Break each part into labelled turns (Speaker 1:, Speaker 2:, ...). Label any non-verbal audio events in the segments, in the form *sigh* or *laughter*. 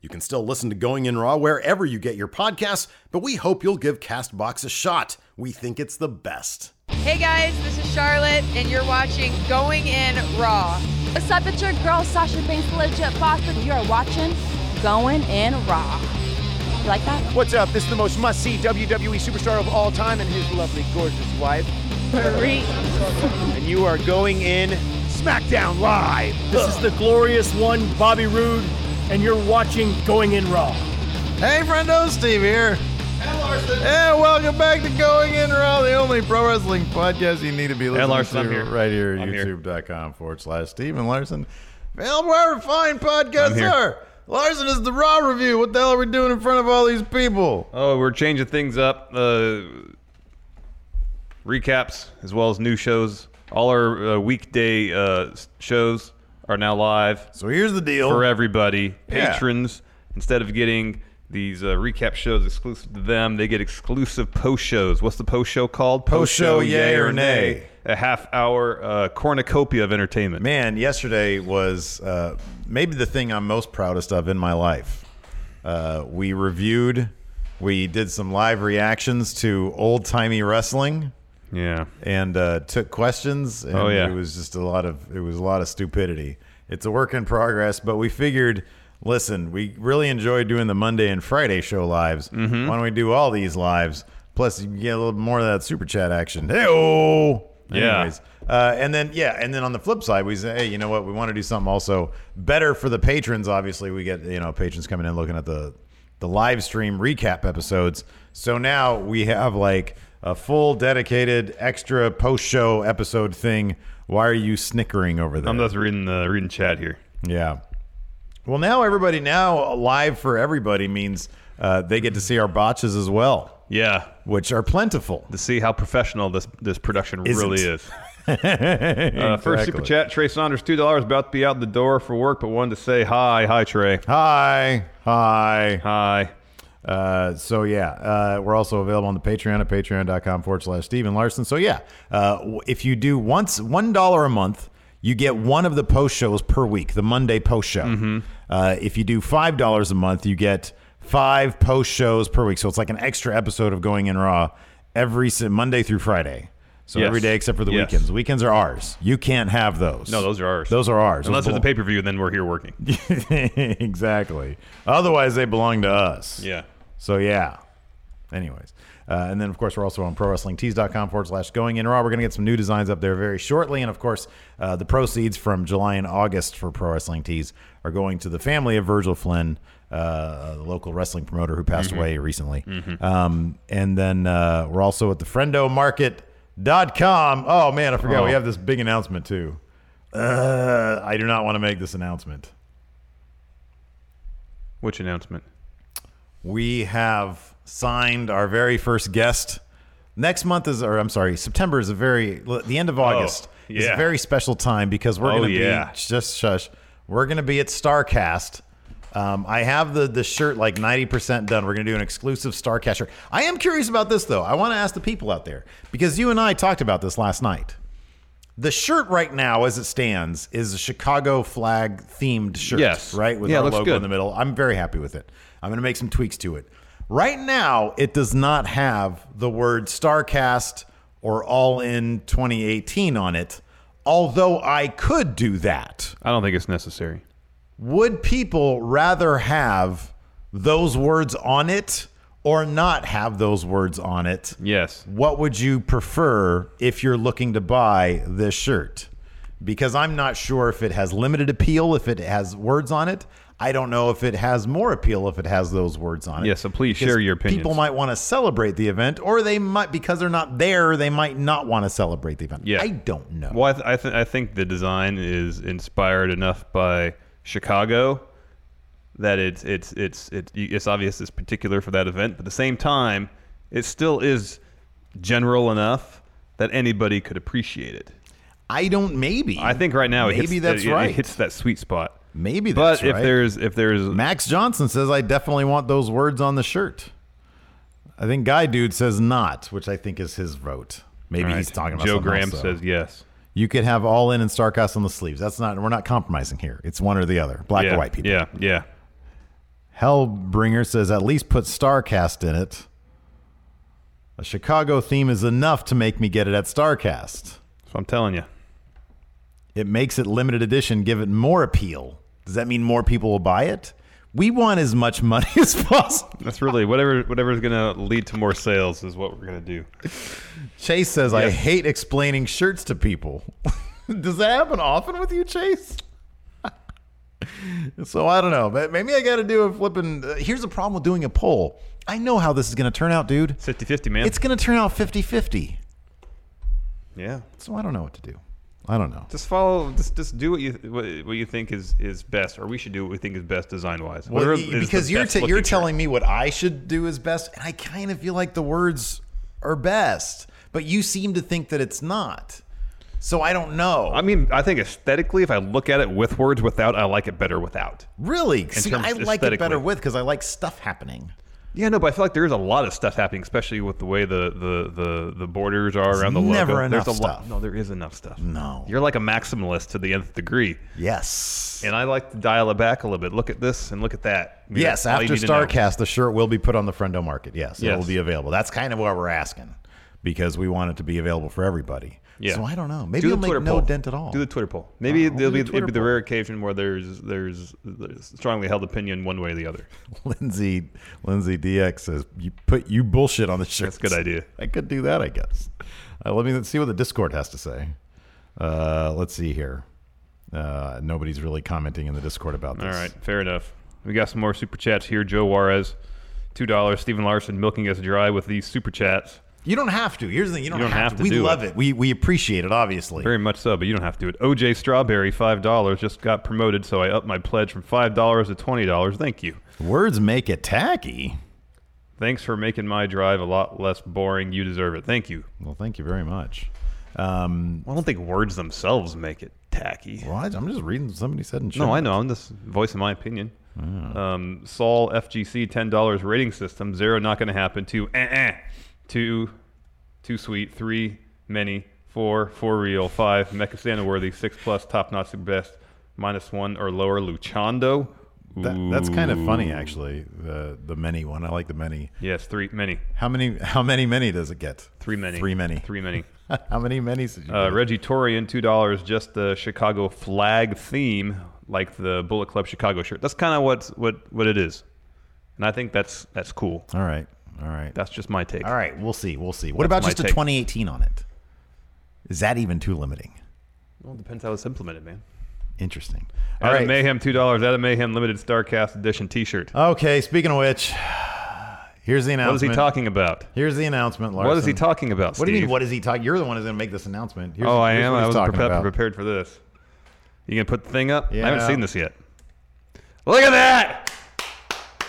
Speaker 1: You can still listen to Going In Raw wherever you get your podcasts, but we hope you'll give Castbox a shot. We think it's the best.
Speaker 2: Hey guys, this is Charlotte, and you're watching Going In Raw.
Speaker 3: What's up, it's your girl Sasha Banks, legit boss, and you're watching Going In Raw. You like that?
Speaker 4: What's up? This is the most must see WWE E superstar of all time and his lovely, gorgeous wife,
Speaker 3: Marie.
Speaker 4: and you are going in SmackDown Live.
Speaker 5: This is the glorious one, Bobby Roode, and you're watching Going In Raw.
Speaker 6: Hey, friendo, Steve here. And welcome back to Going In Raw, the only pro wrestling podcast you need to be listening to
Speaker 7: Larson, I'm here.
Speaker 6: right here at
Speaker 7: I'm here.
Speaker 6: youtube.com forward slash Steven Larson. Well, where fine podcasts
Speaker 7: here.
Speaker 6: are. Larson is the Raw review. What the hell are we doing in front of all these people?
Speaker 7: Oh, we're changing things up. Uh, recaps as well as new shows. All our uh, weekday uh, s- shows are now live
Speaker 6: So here's the deal.
Speaker 7: for everybody.
Speaker 6: Yeah.
Speaker 7: Patrons, instead of getting these uh, recap shows exclusive to them, they get exclusive post shows. What's the post show called?
Speaker 6: Post-show yay or nay.
Speaker 7: A half hour uh, cornucopia of entertainment.
Speaker 6: Man, yesterday was uh, maybe the thing I'm most proudest of in my life. Uh, we reviewed, we did some live reactions to old timey wrestling.
Speaker 7: Yeah.
Speaker 6: and uh, took questions. And
Speaker 7: Oh, yeah.
Speaker 6: it was just a lot of it was a lot of stupidity. It's a work in progress, but we figured, listen, we really enjoy doing the Monday and Friday show lives.
Speaker 7: Mm-hmm.
Speaker 6: Why don't we do all these lives? Plus, you can get a little more of that super chat action. Hey,
Speaker 7: Yeah.
Speaker 6: uh, and then yeah, and then on the flip side, we say, hey, you know what? We want to do something also better for the patrons. Obviously, we get you know patrons coming in looking at the the live stream recap episodes. So now we have like a full dedicated extra post show episode thing. Why are you snickering over there?
Speaker 7: I'm just reading the reading chat here.
Speaker 6: Yeah. Well, now everybody now live for everybody means uh, they get to see our botches as well,
Speaker 7: Yeah.
Speaker 6: which are plentiful. *laughs*
Speaker 7: To see how professional this this production
Speaker 6: Isn't.
Speaker 7: really is. Uh, First super
Speaker 6: Exactly.
Speaker 7: chat, Trey Saunders, two dollars, about to be out the door for work, but wanted to say hi, hi Trey,
Speaker 6: Hi, hi.
Speaker 7: hi.
Speaker 6: Uh, so yeah, uh, we're also available on the Patreon at patreon.com forward slash Steven Larson. So yeah, uh, w- if you do once one dollar a month, you get one of the post shows per week, the Monday post show.
Speaker 7: Mm-hmm.
Speaker 6: Uh, if you do five dollars a month, you get five post shows per week. So it's like an extra episode of Going in Raw every si- Monday through Friday. So
Speaker 7: Yes.
Speaker 6: every day except for the
Speaker 7: Yes.
Speaker 6: weekends. Weekends are ours. You can't have those.
Speaker 7: No, those are ours.
Speaker 6: Those are ours.
Speaker 7: Unless
Speaker 6: Those
Speaker 7: it's a pay per view, then we're
Speaker 6: *laughs*
Speaker 7: here working.
Speaker 6: belong- *laughs* exactly. Otherwise, they belong to us.
Speaker 7: yeah.
Speaker 6: So yeah. Anyways. Uh, and then, of course, we're also on prowrestlingtees.com forward slash going in raw. We're going to get some new designs up there very shortly. And, of course, uh, the proceeds from July and August for Pro Wrestling Tees are going to the family of Virgil Flynn, uh, the local wrestling promoter who passed away recently. Um, and then uh, we're also at the friendomarket.com. Oh, man, I forgot. We
Speaker 7: Oh.
Speaker 6: have this big announcement, too. Uh, I do not want to make this announcement.
Speaker 7: Which announcement?
Speaker 6: we have signed our very first guest. Next month is, or I'm sorry, September is a very, the end of August is a
Speaker 7: Oh, yeah.
Speaker 6: very special time because we're
Speaker 7: Oh,
Speaker 6: going to
Speaker 7: yeah.
Speaker 6: be, just shush, we're going to be at StarCast Um, I have the the shirt like ninety percent done. We're gonna do an exclusive Starcast shirt. I am curious about this though. I want to ask the people out there because you and I talked about this last night. The shirt right now, as it stands, is a Chicago flag themed shirt.
Speaker 7: Yes.
Speaker 6: right with
Speaker 7: Yeah,
Speaker 6: our
Speaker 7: looks
Speaker 6: logo
Speaker 7: good.
Speaker 6: in the middle. I'm very happy with it. I'm gonna make some tweaks to it. Right now, it does not have the word Starcast or All In 2018 on it. Although I could do that
Speaker 7: I don't think it's necessary.
Speaker 6: would people rather have those words on it or not have those words on it?
Speaker 7: Yes.
Speaker 6: What would you prefer if you're looking to buy this shirt? Because I'm not sure if it has limited appeal if it has words on it. I don't know if it has more appeal if it has those words on it.
Speaker 7: Yeah, so please
Speaker 6: Because
Speaker 7: share your
Speaker 6: People
Speaker 7: opinions.
Speaker 6: might want to celebrate the event, or they might because they're not there, they might not want to celebrate the event.
Speaker 7: Yeah.
Speaker 6: I don't know.
Speaker 7: Well, I, th- I, th- I think the design is inspired enough by Chicago that it's it's it's it's, it's obvious it's particular for that event, but at the same time, it still is general enough that anybody could appreciate it.
Speaker 6: I don't. Maybe
Speaker 7: I think right now it
Speaker 6: maybe
Speaker 7: hits,
Speaker 6: that's
Speaker 7: it- it
Speaker 6: right.
Speaker 7: hits that sweet spot.
Speaker 6: Maybe
Speaker 7: but
Speaker 6: that's
Speaker 7: if
Speaker 6: right.
Speaker 7: there's if there's
Speaker 6: Max Johnson says, I definitely want those words on the shirt. I think Guy Dude says not, which I think is his vote. Maybe
Speaker 7: All
Speaker 6: he's
Speaker 7: right,
Speaker 6: talking about
Speaker 7: Joe
Speaker 6: something else,
Speaker 7: Graham
Speaker 6: though.
Speaker 7: says yes.
Speaker 6: you could have all in and Starcast on the sleeves. That's not we're not compromising here. It's one or the other, black
Speaker 7: yeah,
Speaker 6: or white people.
Speaker 7: Yeah, yeah.
Speaker 6: Hellbringer says at least put Starcast in it. A Chicago theme is enough to make me get it at Starcast.
Speaker 7: So I'm telling you.
Speaker 6: It makes it limited edition, give it more appeal. Does that mean more people will buy it? We want as much money *laughs* as possible.
Speaker 7: That's really whatever whatever's gonna lead to more sales is what we're gonna do.
Speaker 6: Chase says, I
Speaker 7: Yeah.
Speaker 6: hate explaining shirts to people. *laughs* Does that happen often with you, Chase? *laughs* so I don't know. But maybe I got to do a flipping. Uh, here's the problem with doing a poll. I know how this is going to turn out, dude.
Speaker 7: 50-50, man.
Speaker 6: It's going to turn out 50 50.
Speaker 7: yeah.
Speaker 6: So I don't know what to do. I don't know.
Speaker 7: Just follow. Just just do what you what, what you think is is best, or we should do what we think is best design wise.
Speaker 6: Well, y- because you're t- you're telling me what I should do is best, and I kind of feel like the words are best, but you seem to think that it's not. So I don't know.
Speaker 7: I mean, I think aesthetically, if I look at it with words, without, I like it better without.
Speaker 6: Really? See,
Speaker 7: terms
Speaker 6: I like it better
Speaker 7: aesthetically.
Speaker 6: with because I like stuff happening.
Speaker 7: Yeah, no, but I feel like there is a lot of stuff happening, especially with the way the the the, the borders are around the
Speaker 6: never
Speaker 7: logo.
Speaker 6: enough
Speaker 7: There's a lot-
Speaker 6: stuff.
Speaker 7: No, there is enough stuff.
Speaker 6: No.
Speaker 7: you're like a maximalist to the nth degree,
Speaker 6: Yes.
Speaker 7: and I like to dial it back a little bit. Look at this and look at that. I mean,
Speaker 6: yes.
Speaker 7: that's all you
Speaker 6: After
Speaker 7: need to know.
Speaker 6: Starcast, the shirt will be put on the Friendo Market. Yes, it will
Speaker 7: Yes.
Speaker 6: be available. That's kind of what we're asking because we want it to do the Twitter poll. do the Twitter poll. Maybe it'll make no dent at all. to be available for everybody.
Speaker 7: Yeah.
Speaker 6: So I don't know. Maybe
Speaker 7: Do the
Speaker 6: it'll make
Speaker 7: Twitter
Speaker 6: no
Speaker 7: poll.
Speaker 6: dent at all. Uh,
Speaker 7: Do the Twitter poll. Maybe
Speaker 6: we'll
Speaker 7: there'll
Speaker 6: do
Speaker 7: be,
Speaker 6: the
Speaker 7: it'll
Speaker 6: Twitter
Speaker 7: be the
Speaker 6: poll.
Speaker 7: rare occasion where there's there's there's strongly held opinion one way or the other.
Speaker 6: *laughs* Lindsay Lindsay DX says you put you bullshit on the shirt.
Speaker 7: That's a good idea.
Speaker 6: *laughs* I could do that, I guess. Uh, let me let's see what the Discord has to say. Uh, let's see here. Uh, nobody's really commenting in the Discord about
Speaker 7: All
Speaker 6: this.
Speaker 7: right, fair enough. We got some more super chats here. Joe Juarez, two dollars. Stephen Larson milking us dry with these super chats.
Speaker 6: You don't have to. Here's the thing. You don't,
Speaker 7: don't
Speaker 6: have,
Speaker 7: have
Speaker 6: to.
Speaker 7: to
Speaker 6: We
Speaker 7: do
Speaker 6: love it.
Speaker 7: it.
Speaker 6: We we appreciate it, obviously.
Speaker 7: Very much so, but you don't have to do it. OJ Strawberry, five dollars. Just got promoted, so I upped my pledge from five dollars to twenty dollars. Thank you.
Speaker 6: Words make it tacky.
Speaker 7: Thanks for making my drive a lot less boring. You deserve it. Thank you.
Speaker 6: Well, thank you very much. Um,
Speaker 7: I don't think words themselves make it tacky.
Speaker 6: well, I, am just reading what somebody said in chat.
Speaker 7: No, I know. I'm just voicing my opinion.
Speaker 6: Ah.
Speaker 7: Um, Saul FGC ten dollars rating system zero not going to happen two eh, eh. two too sweet three many four for real five mecha Santa worthy six plus top notch super best minus one or lower Luchando
Speaker 6: That, that's kind of funny, actually. The the many one. I like the many.
Speaker 7: yes three many
Speaker 6: How many? How many many does it get?
Speaker 7: three many
Speaker 6: Three many.
Speaker 7: three many.
Speaker 6: *laughs* how many many? Did you
Speaker 7: Uh,
Speaker 6: get?
Speaker 7: Reggie Torian, two dollars. Just the Chicago flag theme, like the Bullet Club Chicago shirt. That's kind of what what what it is, and I think that's that's cool.
Speaker 6: All right. All right.
Speaker 7: That's just my take.
Speaker 6: All right. We'll see. We'll see. What
Speaker 7: That's
Speaker 6: about
Speaker 7: my
Speaker 6: just a
Speaker 7: take.
Speaker 6: 2018 on it? Is that even too limiting?
Speaker 7: Well, it depends how it's implemented, man.
Speaker 6: Interesting. All
Speaker 7: Adam
Speaker 6: right.
Speaker 7: Mayhem, two dollars. Adam Mayhem limited Starcast edition T-shirt.
Speaker 6: Okay. Speaking of which, *sighs* here's the announcement.
Speaker 7: what is he talking about?
Speaker 6: Here's the announcement, Larson.
Speaker 7: What is he talking about?
Speaker 6: What do you mean?
Speaker 7: Steve?
Speaker 6: What is he talking? You're the one who's going to make this announcement. Here's,
Speaker 7: oh, I
Speaker 6: here's
Speaker 7: am.
Speaker 6: what
Speaker 7: I
Speaker 6: he's
Speaker 7: was
Speaker 6: talking
Speaker 7: prepared,
Speaker 6: about.
Speaker 7: prepared for this. You gonna put the thing up? I
Speaker 6: Yeah.
Speaker 7: haven't seen this yet. Look at that!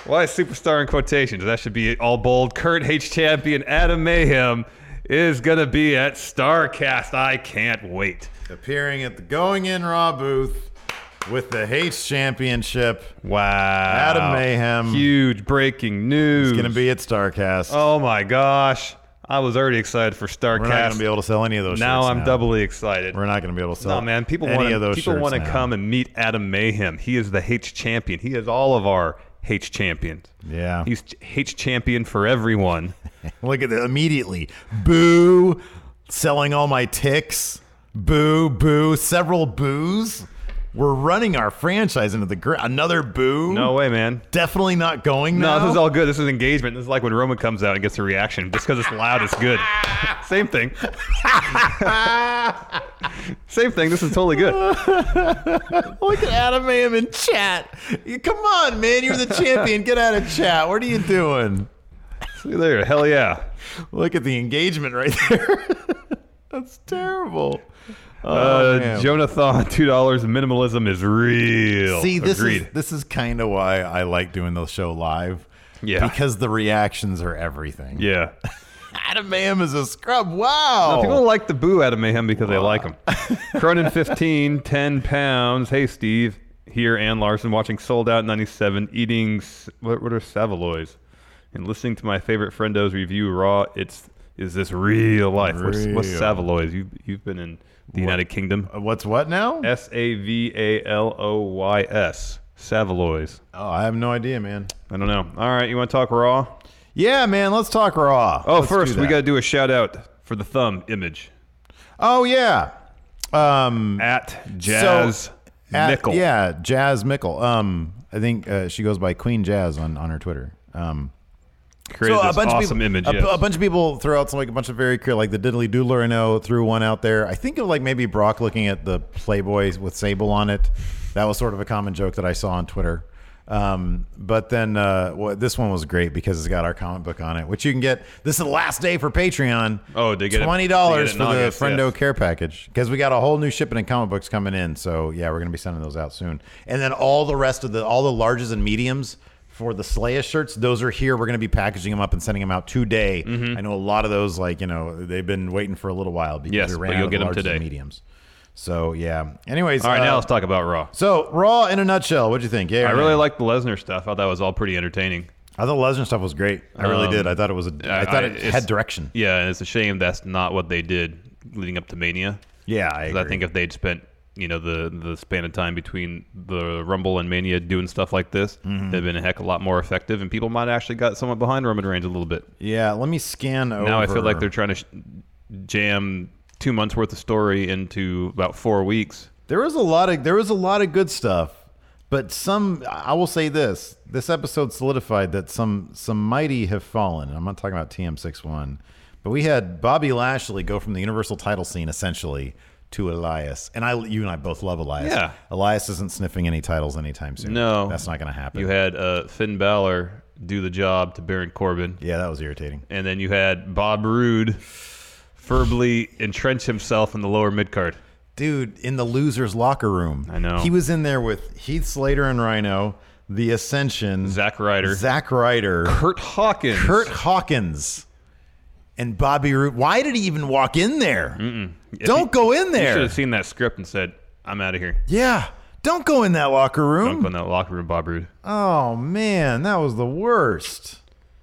Speaker 7: Why superstar in quotations? That should be all bold. Kurt H. Champion Adam Mayhem is gonna be at Starcast. I can't wait.
Speaker 6: Appearing at the Going In Raw booth with the Hates Championship.
Speaker 7: Wow.
Speaker 6: Adam Mayhem.
Speaker 7: Huge breaking news.
Speaker 6: It's going to be at StarCast.
Speaker 7: Oh my gosh. I was already excited for StarCast.
Speaker 6: We're not going to be able to sell any of those
Speaker 7: now
Speaker 6: shirts
Speaker 7: I'm doubly excited.
Speaker 6: We're not going to be able to sell
Speaker 7: No man, people
Speaker 6: any
Speaker 7: want
Speaker 6: of
Speaker 7: to
Speaker 6: those
Speaker 7: people
Speaker 6: shirts
Speaker 7: want to
Speaker 6: now.
Speaker 7: come and meet Adam Mayhem. He is the H champion. He is all of our H champions.
Speaker 6: Yeah.
Speaker 7: He's H champion
Speaker 6: *laughs*
Speaker 7: for everyone.
Speaker 6: Look at that immediately. Boo. Selling all my ticks. Boo, boo. Several boos. We're running our franchise into the ground. Another boo.
Speaker 7: No way, man.
Speaker 6: Definitely not going now.
Speaker 7: No, this is all good. This is engagement. This is like when Roman comes out and gets a reaction. Just because it's loud, it's
Speaker 6: *laughs*
Speaker 7: good. Same thing. *laughs* Same thing. This is totally
Speaker 6: *laughs*
Speaker 7: good.
Speaker 6: Look at Adam Mayhem in chat. You- Come on, man. You're the champion. Get out of chat. What are you doing?
Speaker 7: See there. Hell yeah.
Speaker 6: Look at the engagement right *laughs* there. That's terrible. Oh,
Speaker 7: Uh,
Speaker 6: man.
Speaker 7: Jonathan, *laughs* two dollars. Minimalism is real.
Speaker 6: See, this
Speaker 7: Agreed.
Speaker 6: is this is kind of why I like doing the show live.
Speaker 7: Yeah.
Speaker 6: Because the reactions are everything.
Speaker 7: yeah.
Speaker 6: *laughs* Adam Mayhem is a scrub. Wow.
Speaker 7: Now, people like the boo out of mayhem because they
Speaker 6: Uh.
Speaker 7: like him. Cronin *laughs* 15, 10 pounds. Hey Steve, here and Larson watching Sold Out 97, eating s- what, what are Savaloys, and listening to my favorite friendo's review Raw. It's is this real life? What's, what's
Speaker 6: Real. Oh.
Speaker 7: Savaloys? You you've been in the United Kingdom.
Speaker 6: Uh, What's what now?
Speaker 7: S A V A L O Y S. Savaloys.
Speaker 6: Oh, I have no idea, man.
Speaker 7: I don't know. All right, you want to talk Raw?
Speaker 6: Yeah, man. Let's talk raw.
Speaker 7: Oh,
Speaker 6: Let's do
Speaker 7: first we
Speaker 6: that.
Speaker 7: got to do a shout out for the thumb image
Speaker 6: Oh yeah. Um.
Speaker 7: at Jazz
Speaker 6: at-
Speaker 7: Nickel.
Speaker 6: Yeah, Jazz Mickle. Um. I think uh, she goes by Queen Jazz on on her Twitter. Um.
Speaker 7: created this awesome
Speaker 6: people,
Speaker 7: image.
Speaker 6: a,
Speaker 7: yes.
Speaker 6: a bunch of people throw out some like a bunch of very cool, like the Diddly Doodler. I know threw one out there. I think of like maybe Brock looking at the Playboy with Sable on it. That was sort of a common joke that I saw on Twitter. Um, but then uh, well, this one was great because it's got our comic book on it, which you can get. This is the last day for Patreon.
Speaker 7: Oh, they get it-
Speaker 6: twenty dollars
Speaker 7: they
Speaker 6: for
Speaker 7: get it in August,
Speaker 6: the Friendo
Speaker 7: yes.
Speaker 6: care package because we got a whole new shipment and comic books coming in. So yeah, we're gonna be sending those out soon. And then all the rest of the all the larges and mediums for the Slaya shirts, those are here. We're gonna be packaging them up and sending them out today.
Speaker 7: Mm-hmm.
Speaker 6: I know a lot of those, like you know, they've been waiting for a little while because
Speaker 7: Yes,
Speaker 6: we
Speaker 7: but
Speaker 6: ran
Speaker 7: you'll
Speaker 6: out of
Speaker 7: get
Speaker 6: the
Speaker 7: 'em
Speaker 6: larges
Speaker 7: today.
Speaker 6: and mediums. So yeah. Anyways,
Speaker 7: all right, now
Speaker 6: uh,
Speaker 7: let's talk about Raw.
Speaker 6: so Raw in a nutshell. What'd you think? Yeah,
Speaker 7: I really like the Lesnar stuff. I thought that was all pretty entertaining.
Speaker 6: I thought the Lesnar stuff was great. I really
Speaker 7: Um,
Speaker 6: did. I thought it was. A, I, thought it
Speaker 7: it's-
Speaker 6: had direction.
Speaker 7: Yeah, and it's a shame that's not what they did leading up to Mania.
Speaker 6: Yeah, I,
Speaker 7: 'Cause
Speaker 6: agree.
Speaker 7: I think if they'd spent you know the the span of time between the Rumble and Mania doing stuff like this,
Speaker 6: Mm-hmm.
Speaker 7: they'd been a heck of a lot more effective, and people might have actually got somewhat behind Roman Reigns a little bit.
Speaker 6: yeah. Let me scan over.
Speaker 7: Now I feel like they're trying to sh- jam two months worth of story into about four weeks.
Speaker 6: There was a lot of there was a lot of good stuff, but some I will say this: this episode solidified that some some mighty have fallen. I'm not talking about TM61, but we had Bobby Lashley go from the Universal title scene essentially to Elias, and I you and I both love Elias.
Speaker 7: Yeah.
Speaker 6: Elias isn't sniffing any titles anytime soon.
Speaker 7: No,
Speaker 6: that's not going to happen.
Speaker 7: You had uh, Finn Balor do the job to Baron Corbin.
Speaker 6: yeah, that was irritating.
Speaker 7: and then you had Bob Roode firmly entrench himself in the lower mid card.
Speaker 6: dude in the losers locker room.
Speaker 7: I know.
Speaker 6: he was in there with Heath Slater and Rhino, The Ascension,
Speaker 7: Zack Ryder.
Speaker 6: Zack
Speaker 7: *laughs*
Speaker 6: Ryder,
Speaker 7: Kurt Hawkins.
Speaker 6: Kurt Hawkins and Bobby Roode. Why did he even walk in there? Don't go in
Speaker 7: You should
Speaker 6: there.
Speaker 7: have seen that script and said, "I'm out of here."
Speaker 6: Yeah. Don't go in that locker
Speaker 7: Don't go
Speaker 6: room.
Speaker 7: in that locker room, Bob Roode.
Speaker 6: Oh, man. That was the worst.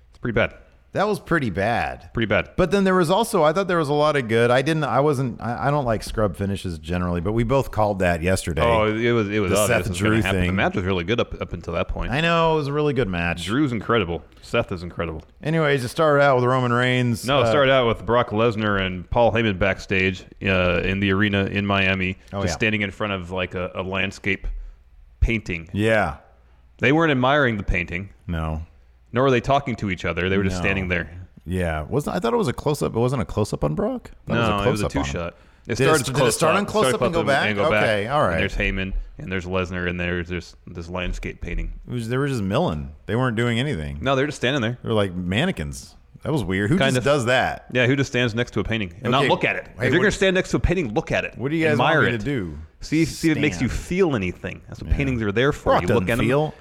Speaker 7: It's pretty bad.
Speaker 6: That was pretty bad.
Speaker 7: Pretty bad.
Speaker 6: But then there was also, I thought there was a lot of good. I didn't, I wasn't, I, I don't like scrub finishes generally, but we both called that yesterday.
Speaker 7: oh, it was it was
Speaker 6: the
Speaker 7: obvious
Speaker 6: Seth
Speaker 7: it was gonna
Speaker 6: Drew
Speaker 7: happen. The
Speaker 6: thing.
Speaker 7: match was really good up up until that point.
Speaker 6: I know. It was a really good match.
Speaker 7: Drew's incredible. Seth is incredible.
Speaker 6: Anyways, it started out with Roman Reigns.
Speaker 7: No, it
Speaker 6: uh,
Speaker 7: started out with Brock Lesnar and Paul Heyman backstage uh, in the arena in Miami,
Speaker 6: Oh,
Speaker 7: just
Speaker 6: yeah.
Speaker 7: standing in front of like a, a landscape painting.
Speaker 6: Yeah.
Speaker 7: They weren't admiring the painting.
Speaker 6: No.
Speaker 7: Nor were they talking to each other. They were just
Speaker 6: No.
Speaker 7: standing there.
Speaker 6: Yeah. Wasn't, I thought it was a close up. It wasn't a close up on Brock? That
Speaker 7: no, it was
Speaker 6: close-up
Speaker 7: a
Speaker 6: on
Speaker 7: two
Speaker 6: him.
Speaker 7: shot. It
Speaker 6: Did it-
Speaker 7: started
Speaker 6: did it
Speaker 7: close
Speaker 6: start
Speaker 7: up.
Speaker 6: on close
Speaker 7: Started
Speaker 6: up and go back?
Speaker 7: And go back.
Speaker 6: Okay, all right.
Speaker 7: And there's Heyman, and there's Lesnar, and there's this, this landscape painting.
Speaker 6: It was, they were just milling. They weren't doing anything.
Speaker 7: No, they're just standing there.
Speaker 6: They were like mannequins. That was weird. Who
Speaker 7: Kind
Speaker 6: just
Speaker 7: of.
Speaker 6: does that?
Speaker 7: Yeah, who just stands next to a painting and
Speaker 6: Okay,
Speaker 7: not look at it?
Speaker 6: hey,
Speaker 7: if
Speaker 6: what-
Speaker 7: you're gonna stand next to a painting, look at it.
Speaker 6: What do you guys
Speaker 7: Admire
Speaker 6: want me
Speaker 7: it.
Speaker 6: to do?
Speaker 7: See, see if it makes you
Speaker 6: Stand.
Speaker 7: feel anything. That's what paintings are there for.
Speaker 6: Brock
Speaker 7: you
Speaker 6: doesn't
Speaker 7: look at them.
Speaker 6: feel.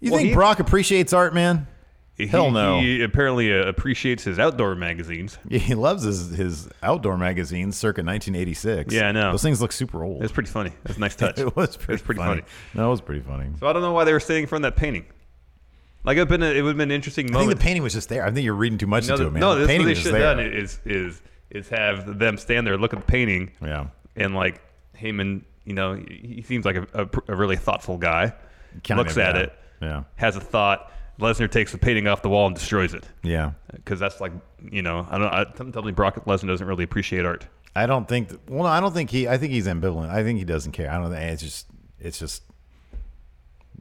Speaker 6: You
Speaker 7: Well,
Speaker 6: think
Speaker 7: he-
Speaker 6: Brock appreciates art, man? *laughs*
Speaker 7: He-
Speaker 6: Hell no.
Speaker 7: He apparently uh, appreciates his outdoor magazines.
Speaker 6: He loves his, his outdoor magazines circa 1986.
Speaker 7: Yeah, I know.
Speaker 6: Those things look super old.
Speaker 7: It's pretty funny. That's a nice
Speaker 6: *laughs*
Speaker 7: touch.
Speaker 6: it was pretty,
Speaker 7: It's pretty
Speaker 6: funny.
Speaker 7: funny.
Speaker 6: That was pretty funny.
Speaker 7: So I don't know why they were standing in front of that painting. Like it'd been a, it would have been an interesting
Speaker 6: I think the
Speaker 7: moment.
Speaker 6: painting was just there. I think you're reading too much
Speaker 7: no,
Speaker 6: into
Speaker 7: the-
Speaker 6: it, man.
Speaker 7: no,
Speaker 6: the
Speaker 7: that's what
Speaker 6: painting
Speaker 7: they
Speaker 6: was
Speaker 7: should have
Speaker 6: there.
Speaker 7: done is is is have them stand there, look at the painting,
Speaker 6: yeah.
Speaker 7: and like Heyman, you know, he he seems like a, a, pr- a really thoughtful guy.
Speaker 6: Kind
Speaker 7: looks
Speaker 6: of,
Speaker 7: at
Speaker 6: yeah.
Speaker 7: it,
Speaker 6: Yeah.
Speaker 7: has a thought. Lesnar takes the painting off the wall and destroys it
Speaker 6: Yeah.
Speaker 7: because that's like you know I don't I, something tells me Brock Lesnar doesn't really appreciate art.
Speaker 6: I don't think. th- Well, no, I don't think he. I think he's ambivalent. I think he doesn't care. I don't. think It's just. It's just.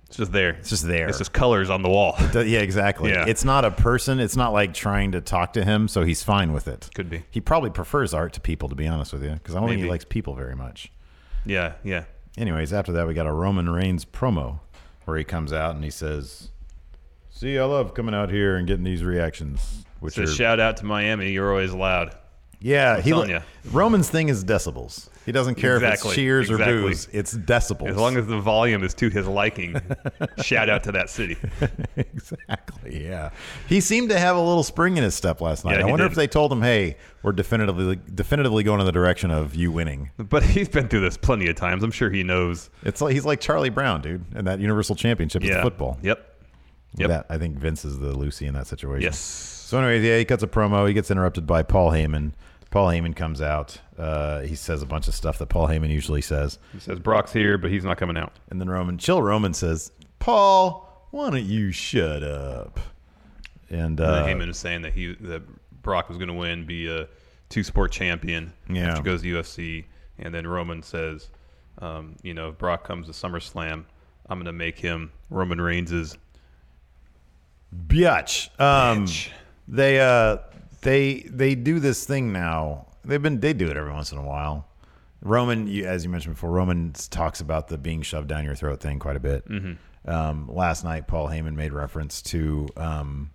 Speaker 7: It's just there.
Speaker 6: It's just there.
Speaker 7: It's just colors on the wall. *laughs*
Speaker 6: Th- Yeah, exactly.
Speaker 7: Yeah.
Speaker 6: It's not a person. It's not like trying to talk to him, so he's fine with it.
Speaker 7: Could be.
Speaker 6: He probably prefers art to people, to be honest with you, because I don't think he
Speaker 7: Maybe.
Speaker 6: likes people very much.
Speaker 7: Yeah, yeah.
Speaker 6: Anyways, after that, we got a Roman Reigns promo where he comes out and he says, "See, I love coming out here and getting these reactions." Which
Speaker 7: So
Speaker 6: are,
Speaker 7: shout out to Miami. You're always loud.
Speaker 6: yeah, he
Speaker 7: telling
Speaker 6: li-
Speaker 7: ya.
Speaker 6: Roman's thing is decibels. He doesn't care if
Speaker 7: Exactly,
Speaker 6: it's cheers
Speaker 7: exactly.
Speaker 6: or booze. It's decibels.
Speaker 7: As long as the volume is to his liking,
Speaker 6: *laughs*
Speaker 7: shout out to that city.
Speaker 6: exactly. Yeah. He seemed to have a little spring in his step last night.
Speaker 7: Yeah,
Speaker 6: I
Speaker 7: he
Speaker 6: wonder
Speaker 7: did.
Speaker 6: if they told him, "Hey, we're definitively definitively going in the direction of you winning."
Speaker 7: But he's been through this plenty of times. I'm sure he knows.
Speaker 6: It's like he's like Charlie Brown, dude, and that Universal Championship is
Speaker 7: yeah.
Speaker 6: football.
Speaker 7: Yep. Yep.
Speaker 6: That I think Vince is the Lucy in that situation.
Speaker 7: Yes.
Speaker 6: So, anyways, yeah, he cuts a promo. He gets interrupted by Paul Heyman. Paul Heyman comes out. Uh, he says a bunch of stuff that Paul Heyman usually says,
Speaker 7: He says Brock's here, but he's not coming out.
Speaker 6: and then Roman, chill Roman says, "Paul, why don't you shut up?" And uh,
Speaker 7: Heyman is saying that he that Brock was going to win, be a two sport champion.
Speaker 6: Yeah.
Speaker 7: After goes to UFC, and then Roman says, um, you know, if Brock comes to SummerSlam, I'm going to make him Roman Reigns's.
Speaker 6: Biatch. Um, They uh, they they do this thing now. They've been they do it every once in a while. Roman, you, as you mentioned before, Roman talks about the being shoved down your throat thing quite a bit.
Speaker 7: Mm-hmm.
Speaker 6: Um, last night, Paul Heyman made reference to. Um,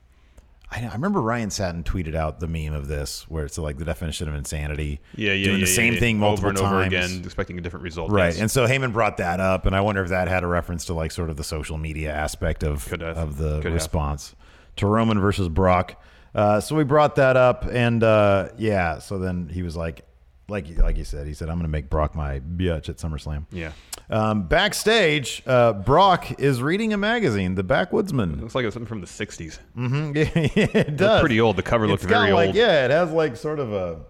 Speaker 6: I, I remember Ryan Satin tweeted out the meme of this, where it's like the definition of insanity.
Speaker 7: Yeah, yeah,
Speaker 6: doing
Speaker 7: yeah,
Speaker 6: the
Speaker 7: yeah,
Speaker 6: same
Speaker 7: yeah.
Speaker 6: thing multiple
Speaker 7: over and over
Speaker 6: times.
Speaker 7: again, expecting a different result.
Speaker 6: Right.
Speaker 7: Yes.
Speaker 6: And so Heyman brought that up, and I wonder if that had a reference to like sort of the social media aspect of
Speaker 7: Could have.
Speaker 6: of the
Speaker 7: Could have.
Speaker 6: response to Roman versus Brock. Uh, so we brought that up, and uh, yeah. So then he was like, like like you said, he said, "I'm going to make Brock my bitch at SummerSlam."
Speaker 7: yeah.
Speaker 6: Um, backstage, uh, Brock is reading a magazine, The Backwoodsman.
Speaker 7: Looks like it's something from the '60s.
Speaker 6: *laughs* Mhm. it does.
Speaker 7: Looked Mm-hmm. pretty old. The cover looked
Speaker 6: It's got
Speaker 7: very
Speaker 6: like,
Speaker 7: old.
Speaker 6: Yeah, it has like sort of a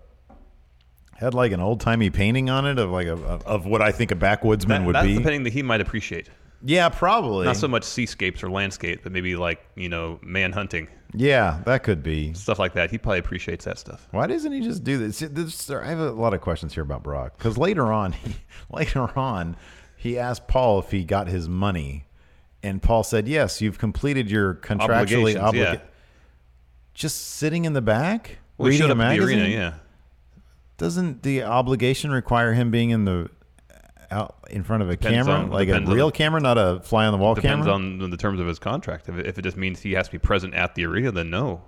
Speaker 6: had like an old timey painting on it of like a of what I think a backwoodsman
Speaker 7: That-
Speaker 6: would
Speaker 7: that's
Speaker 6: be.
Speaker 7: the painting that he might appreciate.
Speaker 6: Yeah, probably.
Speaker 7: Not so much seascapes or landscape, but maybe like you know man hunting
Speaker 6: yeah, that could be.
Speaker 7: stuff like that. He probably appreciates that stuff.
Speaker 6: Why doesn't he just do this? See, this- I have a lot of questions here about Brock because later on, *laughs* he, later on, he asked Paul if he got his money, and Paul said, "Yes, you've completed your contractually
Speaker 7: Obligations,
Speaker 6: obliga-
Speaker 7: yeah.
Speaker 6: Just sitting in the back
Speaker 7: Well, he
Speaker 6: reading
Speaker 7: showed
Speaker 6: a
Speaker 7: up at the
Speaker 6: magazine.
Speaker 7: arena. Yeah.
Speaker 6: Doesn't the obligation require him being in the out in front of a
Speaker 7: Depends
Speaker 6: camera,
Speaker 7: on-
Speaker 6: like a
Speaker 7: depends on-
Speaker 6: real camera, not a fly on the wall
Speaker 7: Depends
Speaker 6: camera?
Speaker 7: on the- the terms of his contract. If it, if it just means he has to be present at the arena, then no.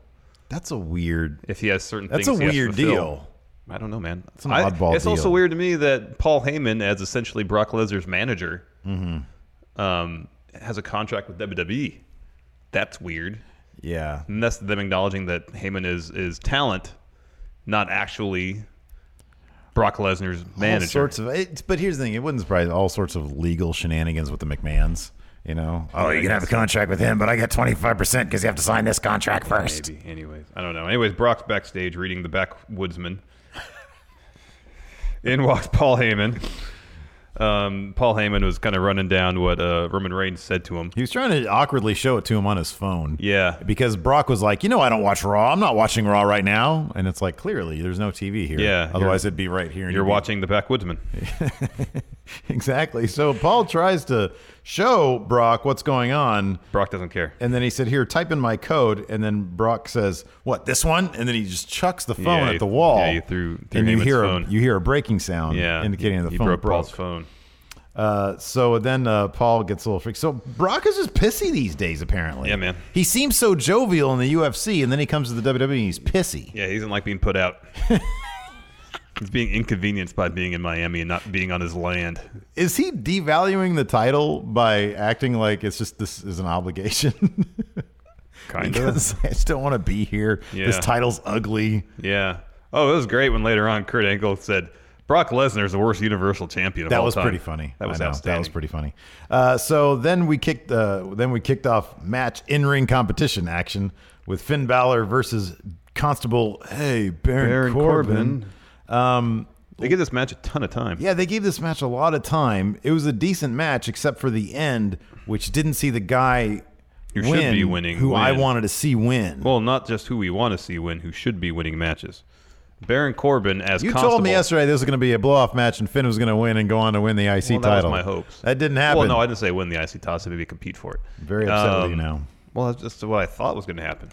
Speaker 6: That's a weird.
Speaker 7: If he has certain
Speaker 6: That's a
Speaker 7: things, he has to
Speaker 6: weird
Speaker 7: fulfill.
Speaker 6: deal.
Speaker 7: I don't know, man. It's
Speaker 6: an oddball
Speaker 7: It's also
Speaker 6: deal.
Speaker 7: weird to me that Paul Heyman, as essentially Brock Lesnar's manager,
Speaker 6: Mm-hmm.
Speaker 7: um, has a contract with WWE. That's weird.
Speaker 6: Yeah,
Speaker 7: And that's them acknowledging that Heyman is is talent, not actually Brock Lesnar's manager.
Speaker 6: All sorts of. It's, but here's the thing: it wouldn't surprise all sorts of legal shenanigans with the McMahons. You know, oh, you can have a contract with him, but I get twenty five percent because you have to sign this contract first.
Speaker 7: Maybe. Anyways, I don't know. Anyways, Brock's backstage reading
Speaker 6: *laughs*
Speaker 7: The Backwoodsman. In walks Paul Heyman. Um, Paul Heyman was kind of running down what uh, Roman Reigns said to him.
Speaker 6: He was trying to awkwardly show it to him on his phone.
Speaker 7: Yeah.
Speaker 6: because Brock was like, you know, I don't watch Raw. I'm not watching Raw right now, and it's like clearly there's no TV here.
Speaker 7: Yeah, you're-
Speaker 6: otherwise it'd be right here. and
Speaker 7: You're
Speaker 6: you'd be-
Speaker 7: watching The Backwoodsman.
Speaker 6: *laughs* exactly. So Paul tries to show Brock what's going on.
Speaker 7: Brock doesn't care.
Speaker 6: And then he said, "Here, type in my code." And then Brock says, "What? This one?" And then he just chucks the phone
Speaker 7: Yeah,
Speaker 6: at
Speaker 7: he-
Speaker 6: the wall.
Speaker 7: yeah, he threw- threw
Speaker 6: and you
Speaker 7: Heyman's
Speaker 6: hear
Speaker 7: phone.
Speaker 6: a you hear a breaking sound,
Speaker 7: Yeah.
Speaker 6: indicating the
Speaker 7: he
Speaker 6: phone
Speaker 7: broke,
Speaker 6: broke.
Speaker 7: Paul's phone.
Speaker 6: Uh, so then uh, Paul gets a little freaked. So Brock is just pissy these days, apparently.
Speaker 7: Yeah, man.
Speaker 6: He seems so jovial in the UFC, and then he comes to the WWE and he's pissy.
Speaker 7: Yeah, he doesn't like being
Speaker 6: *laughs*
Speaker 7: put out. He's being inconvenienced by being in Miami and not being on his land.
Speaker 6: Is he *laughs* devaluing the title by acting like it's just this is an obligation?
Speaker 7: Kinda.
Speaker 6: Because *laughs* I just don't want to be here. This
Speaker 7: Yeah.
Speaker 6: title's ugly.
Speaker 7: Yeah. Oh, it was great when later on Kurt Angle said Brock Lesnar's the worst Universal Champion. Of
Speaker 6: That
Speaker 7: all
Speaker 6: was
Speaker 7: time."
Speaker 6: pretty funny.
Speaker 7: That was
Speaker 6: I know,
Speaker 7: outstanding.
Speaker 6: That was pretty funny. Uh, so then we kicked uh, then we kicked off match in ring competition action with Finn Balor versus Constable Hey Baron,
Speaker 7: Baron
Speaker 6: Corbin.
Speaker 7: Corbin. They give this match a ton of time.
Speaker 6: Yeah, they gave this match a lot of time. It was a decent match except for the end, which didn't see the guy
Speaker 7: Who should
Speaker 6: win,
Speaker 7: be winning,
Speaker 6: who I
Speaker 7: win.
Speaker 6: wanted to see win.
Speaker 7: Well, not just who we want to see win, who should be winning matches. Baron Corbin as
Speaker 6: you
Speaker 7: Constable.
Speaker 6: told me yesterday this was going to be a blow off match and Finn was going to win and go on to win the IC
Speaker 7: Well, that
Speaker 6: title.
Speaker 7: was my hopes.
Speaker 6: That didn't happen.
Speaker 7: Well, no, I didn't say win the IC toss. I maybe compete for it.
Speaker 6: Very upset with you
Speaker 7: Um,
Speaker 6: now.
Speaker 7: Well, that's just what I thought was going to happen.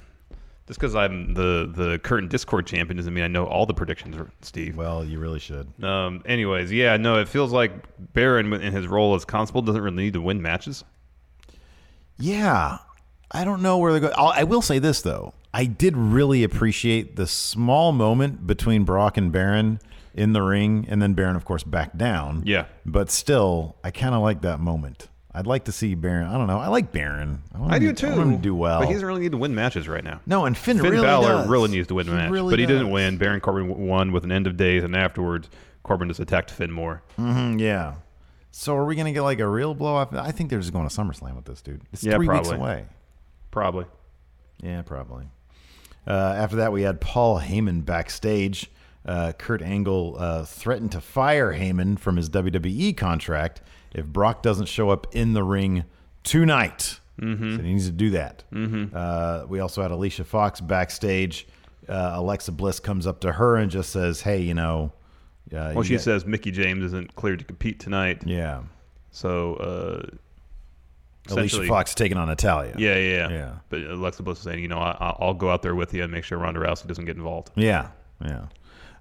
Speaker 7: Just because I'm the the current Discord champion doesn't mean I know all the predictions, Steve.
Speaker 6: Well, you really should.
Speaker 7: Um, anyways, yeah, no, it feels like Baron in his role as Constable doesn't really need to win matches.
Speaker 6: Yeah, I don't know where they go. I'll, I will say this though, I did really appreciate the small moment between Brock and Baron in the ring, and then Baron, of course, back down.
Speaker 7: Yeah.
Speaker 6: but still, I kind of like that moment. I'd like to see Baron. I don't know. I like Mm, Baron. I, want
Speaker 7: I
Speaker 6: him
Speaker 7: do
Speaker 6: to-
Speaker 7: too.
Speaker 6: I want him to do well.
Speaker 7: But he doesn't really need to win matches right now.
Speaker 6: no, and Finn,
Speaker 7: Finn
Speaker 6: really
Speaker 7: Balor
Speaker 6: does.
Speaker 7: really needs to win the match,
Speaker 6: really
Speaker 7: but he didn't
Speaker 6: does.
Speaker 7: win. Baron Corbin w- won with an end of days, and afterwards, Corbin just attacked Finn more.
Speaker 6: Mm, Yeah. So are we gonna get like a real blow off? I think they're just going to SummerSlam with this dude. It's
Speaker 7: Yeah,
Speaker 6: three weeks
Speaker 7: probably.
Speaker 6: away.
Speaker 7: Probably.
Speaker 6: Yeah, probably. Uh, after that, we had Paul Heyman backstage. Uh, Kurt Angle uh, threatened to fire Heyman from his WWE contract if Brock doesn't show up in the ring tonight.
Speaker 7: Mm-hmm.
Speaker 6: So he needs to do that. Uh, we also had Alicia Fox backstage. Uh, Alexa Bliss comes up to her and just says, "Hey, you know." Uh,
Speaker 7: Well,
Speaker 6: you
Speaker 7: she
Speaker 6: got-
Speaker 7: says Mickey James isn't cleared to compete tonight,
Speaker 6: "Yeah."
Speaker 7: so uh,
Speaker 6: Alicia
Speaker 7: essentially-
Speaker 6: Fox taking on Natalia.
Speaker 7: Yeah, yeah, yeah.
Speaker 6: Yeah.
Speaker 7: But Alexa Bliss is saying, you know, I, I- I'll go out there with you and make sure Ronda Rousey doesn't get involved.
Speaker 6: Yeah, yeah.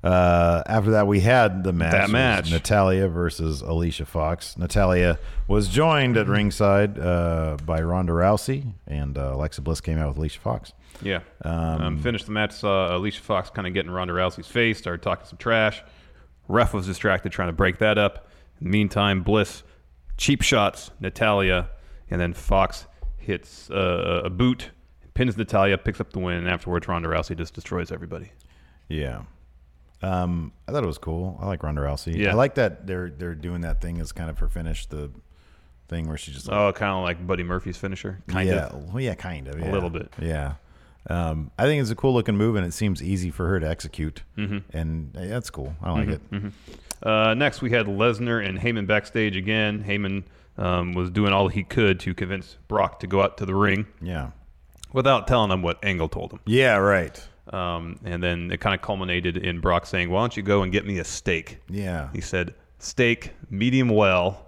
Speaker 6: Uh, after that, we had the match.
Speaker 7: That
Speaker 6: It was
Speaker 7: match.
Speaker 6: Natalia versus Alicia Fox. Natalia was joined
Speaker 7: Mm-hmm.
Speaker 6: at ringside uh, by Ronda Rousey, and uh, Alexa Bliss came out with Alicia Fox.
Speaker 7: Yeah. Um, finished the match. Saw Alicia Fox kind of getting Ronda Rousey's face. Started talking some trash. Ref was distracted trying to break that up. meantime, Bliss cheap shots Natalia, and then Fox hits uh, a boot, pins Natalia, picks up the win, and afterwards Ronda Rousey just destroys everybody.
Speaker 6: Yeah. Um, I thought it was cool. I like Ronda Rousey.
Speaker 7: Yeah.
Speaker 6: I like that they're they're doing that thing as kind of her finish, the thing where she just
Speaker 7: Oh, kind of like Buddy Murphy's finisher, Oh, kind
Speaker 6: yeah,
Speaker 7: of.
Speaker 6: well, yeah, kind of, yeah.
Speaker 7: little bit.
Speaker 6: yeah. Um, I think it's a cool looking move, and it seems easy for her to execute, mm-hmm. and uh, that's cool. I
Speaker 7: Mm-hmm.
Speaker 6: like it.
Speaker 7: Uh, next, we had Lesnar and Heyman backstage again. Heyman um, was doing all he could to convince Brock to go out to the ring
Speaker 6: Yeah,
Speaker 7: without telling him what Angle told him.
Speaker 6: yeah, right.
Speaker 7: Um, and then it kind of culminated in Brock saying, Why don't you go and get me a steak?
Speaker 6: Yeah.
Speaker 7: He said, Steak, medium well.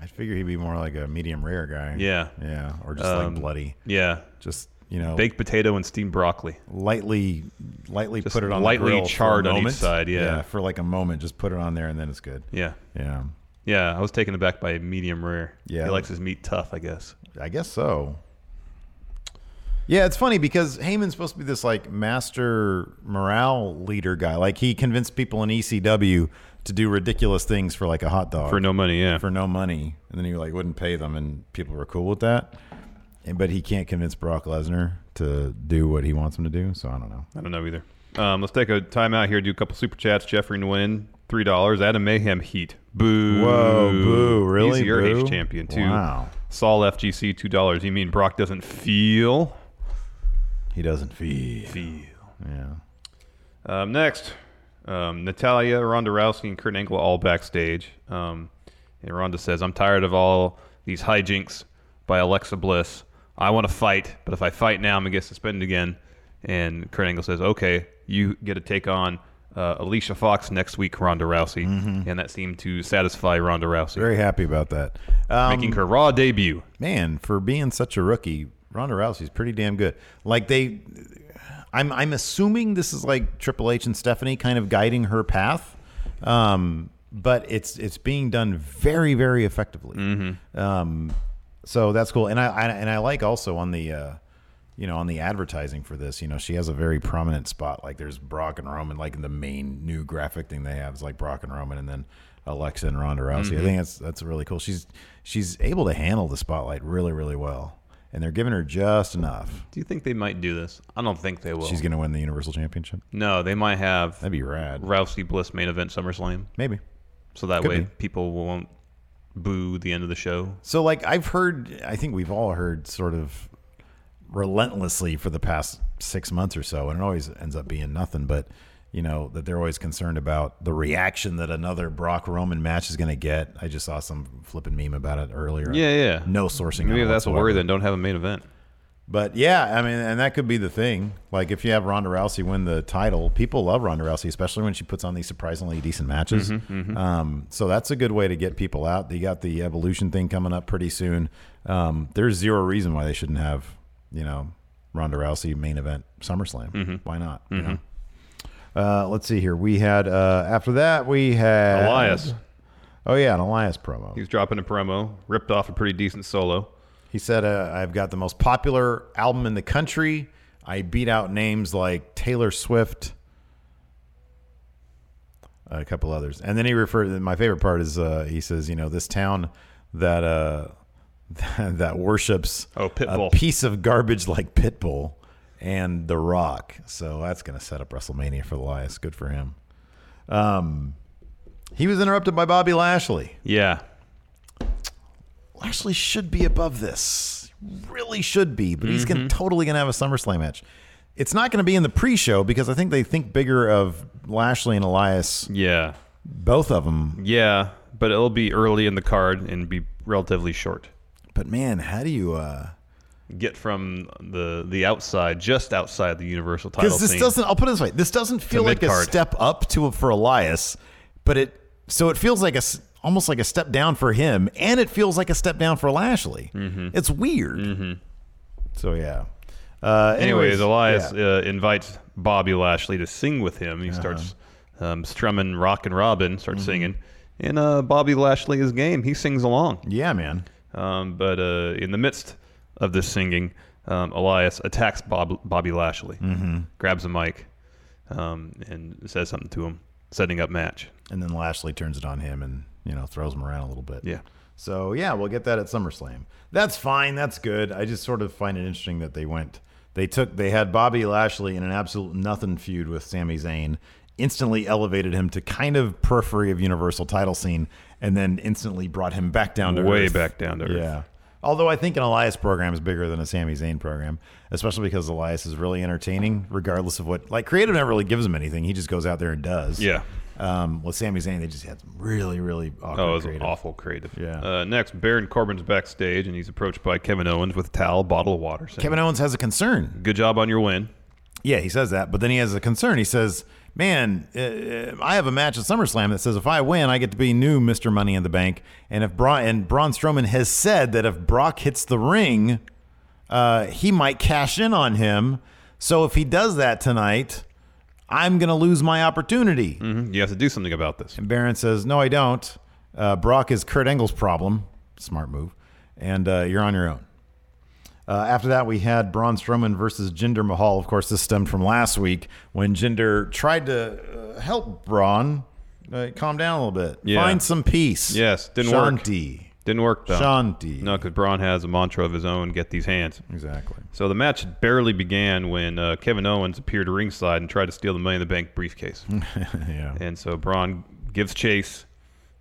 Speaker 6: I figure he'd be more like a medium rare guy.
Speaker 7: Yeah.
Speaker 6: Yeah. Or just
Speaker 7: Um,
Speaker 6: like bloody.
Speaker 7: Yeah.
Speaker 6: Just, you know,
Speaker 7: Baked potato and steamed broccoli.
Speaker 6: lightly lightly
Speaker 7: Just
Speaker 6: put it on
Speaker 7: lightly
Speaker 6: the grill
Speaker 7: charred
Speaker 6: for a
Speaker 7: on each
Speaker 6: moment.
Speaker 7: side, yeah.
Speaker 6: For like a moment, just put it on there and then it's good.
Speaker 7: Yeah.
Speaker 6: Yeah.
Speaker 7: Yeah. I was taken aback by medium rare.
Speaker 6: Yeah.
Speaker 7: He likes his meat tough, I guess.
Speaker 6: I guess so. Yeah, it's funny because Heyman's supposed to be this like master morale leader guy. Like he convinced people in ECW to do ridiculous things for like a hot dog.
Speaker 7: For no money, yeah.
Speaker 6: for no money, and then he like wouldn't pay them, and people were cool with that. And, but he can't convince Brock Lesnar to do what he wants him to do, so I don't know.
Speaker 7: I don't know either. Um, let's take a time out here, do a couple super chats. Jeffrey Nguyen, three dollars. Adam Mayhem Heat. Boo.
Speaker 6: Whoa, boo, really,
Speaker 7: He's your
Speaker 6: boo?
Speaker 7: H champion too.
Speaker 6: Wow.
Speaker 7: Saul FGC, two dollars. You mean Brock doesn't feel?
Speaker 6: He doesn't feel.
Speaker 7: Feel.
Speaker 6: Yeah.
Speaker 7: Um, next, um, Natalia, Ronda Rousey, and Kurt Angle all backstage. Um, and Ronda says, "I'm tired of all these hijinks by Alexa Bliss. I want to fight, but if I fight now, I'm gonna get suspended again." And Kurt Angle says, "Okay, you get to take on uh, Alicia Fox next week, Ronda Rousey," and that seemed to satisfy Ronda Rousey,
Speaker 6: Mm-hmm. Very happy about that. Um,
Speaker 7: making her Raw debut.
Speaker 6: man, for being such a rookie, Ronda Rousey's pretty damn good. Like they, I'm I'm assuming this is like Triple H and Stephanie kind of guiding her path, um, but it's it's being done very very effectively. Um, so that's cool, and I, I and I like also on the. Uh, you know, on the advertising for this, you know, she has a very prominent spot. Like there's Brock and Roman, like in the main new graphic thing they have is like Brock and Roman, and then Alexa and Ronda Rousey. I think that's that's really cool. She's she's able to handle the spotlight really really well, and they're giving her just enough.
Speaker 7: Do you think they might do this? I don't think they will.
Speaker 6: She's going to win the Universal Championship.
Speaker 7: no, they might have
Speaker 6: That'd be rad.
Speaker 7: Rousey Bliss main event SummerSlam,
Speaker 6: Maybe.
Speaker 7: so that
Speaker 6: Could
Speaker 7: way
Speaker 6: be.
Speaker 7: people won't boo the end of the show.
Speaker 6: So, like, I've heard, I think we've all heard sort of relentlessly for the past six months or so, and it always ends up being nothing, but, you know, that they're always concerned about the reaction that another Brock Roman match is going to get. I just saw some flipping meme about it earlier.
Speaker 7: Yeah, yeah.
Speaker 6: No sourcing. on
Speaker 7: Maybe
Speaker 6: it
Speaker 7: if that's a
Speaker 6: whatsoever.
Speaker 7: worry. Then don't have a main event.
Speaker 6: But yeah, I mean, and that could be the thing. Like if you have Ronda Rousey win the title, people love Ronda Rousey, especially when she puts on these surprisingly decent matches. Um, so that's a good way to get people out. They got the Evolution thing coming up pretty soon. Um, there's zero reason why they shouldn't have, you know, Ronda Rousey main event SummerSlam. Why not? you know? Uh, let's see here. We had uh, after that we had
Speaker 7: Elias,
Speaker 6: Oh yeah, an Elias promo.
Speaker 7: he's dropping a promo, ripped off a pretty decent solo.
Speaker 6: He said, uh, I've got the most popular album in the country. I beat out names like Taylor Swift, a couple others. And then he referred, my favorite part is uh, he says, you know, this town that, uh, *laughs* that worships
Speaker 7: Oh, Pitbull.
Speaker 6: a piece of garbage like Pitbull and The Rock. So that's going to set up WrestleMania for Elias. Good for him. Um, he was interrupted by Bobby Lashley.
Speaker 7: Yeah,
Speaker 6: Lashley should be above this. Really should be, but he's
Speaker 7: Mm-hmm.
Speaker 6: gonna, totally going to have a SummerSlam match. It's not going to be in the pre-show because I think they think bigger of Lashley and Elias,
Speaker 7: yeah,
Speaker 6: both of them.
Speaker 7: yeah. But it'll be early in the card and be relatively short.
Speaker 6: But man, how do you? uh
Speaker 7: Get from the the outside, just outside the universal title.
Speaker 6: Because this
Speaker 7: scene.
Speaker 6: doesn't. I'll put it this way: this doesn't feel like a
Speaker 7: mid-card.
Speaker 6: step up to for Elias, but it so it feels like a s- almost like a step down for him, and it feels like a step down for Lashley.
Speaker 7: Mm-hmm.
Speaker 6: It's weird. So yeah. Uh,
Speaker 7: Anyways, Elias
Speaker 6: yeah.
Speaker 7: uh, invites Bobby Lashley to sing with him. He starts um, strumming "Rock and Robin," starts singing, and uh, Bobby Lashley is game. He sings along,
Speaker 6: yeah, man.
Speaker 7: um, but uh, in the midst of this singing, um, Elias attacks Bob, Bobby Lashley, grabs a mic, um, and says something to him, setting up match.
Speaker 6: and then Lashley turns it on him and you know throws him around a little bit.
Speaker 7: Yeah.
Speaker 6: So yeah, we'll get that at SummerSlam. That's fine. That's good. I just sort of find it interesting that they went. They took. They had Bobby Lashley in an absolute nothing feud with Sami Zayn. Instantly elevated him to kind of periphery of Universal title scene, and then instantly brought him back down to
Speaker 7: Way
Speaker 6: earth.
Speaker 7: back down to earth.
Speaker 6: Yeah. Although I think an Elias program is bigger than a Sami Zayn program, especially because Elias is really entertaining, regardless of what. Like, creative never really gives him anything. He just goes out there and does.
Speaker 7: Yeah.
Speaker 6: Um, with Sami Zayn, they just had some really, really awkward.
Speaker 7: Oh, it was
Speaker 6: creative.
Speaker 7: awful creative.
Speaker 6: Yeah.
Speaker 7: Uh, next, Baron Corbin's backstage, and he's approached by Kevin Owens with a towel, bottle of water. saying,
Speaker 6: Kevin Owens has a concern.
Speaker 7: good job on your win.
Speaker 6: Yeah, he says that, but then he has a concern. He says, "Man, uh, I have a match at SummerSlam that says if I win, I get to be new Mister Money in the Bank, and if Bra- and Braun Strowman has said that if Brock hits the ring, uh, he might cash in on him. So if he does that tonight, I'm gonna lose my opportunity."
Speaker 7: You have to do something about this.
Speaker 6: And Baron says, "No, I don't. Uh, Brock is Kurt Engle's problem. Smart move. And uh, you're on your own." Uh, after that, we had Braun Strowman versus Jinder Mahal. Of course, this stemmed from last week when Jinder tried to uh, help Braun uh, calm down a little bit,
Speaker 7: Yeah.
Speaker 6: find some peace.
Speaker 7: Yes, didn't work.
Speaker 6: Shanti.
Speaker 7: Didn't work though.
Speaker 6: Shanti.
Speaker 7: No, because Braun has a mantra of his own: "Get these hands."
Speaker 6: Exactly.
Speaker 7: So the match barely began when uh, Kevin Owens appeared ringside and tried to steal the Money in the Bank briefcase.
Speaker 6: *laughs* Yeah.
Speaker 7: and so Braun gives chase.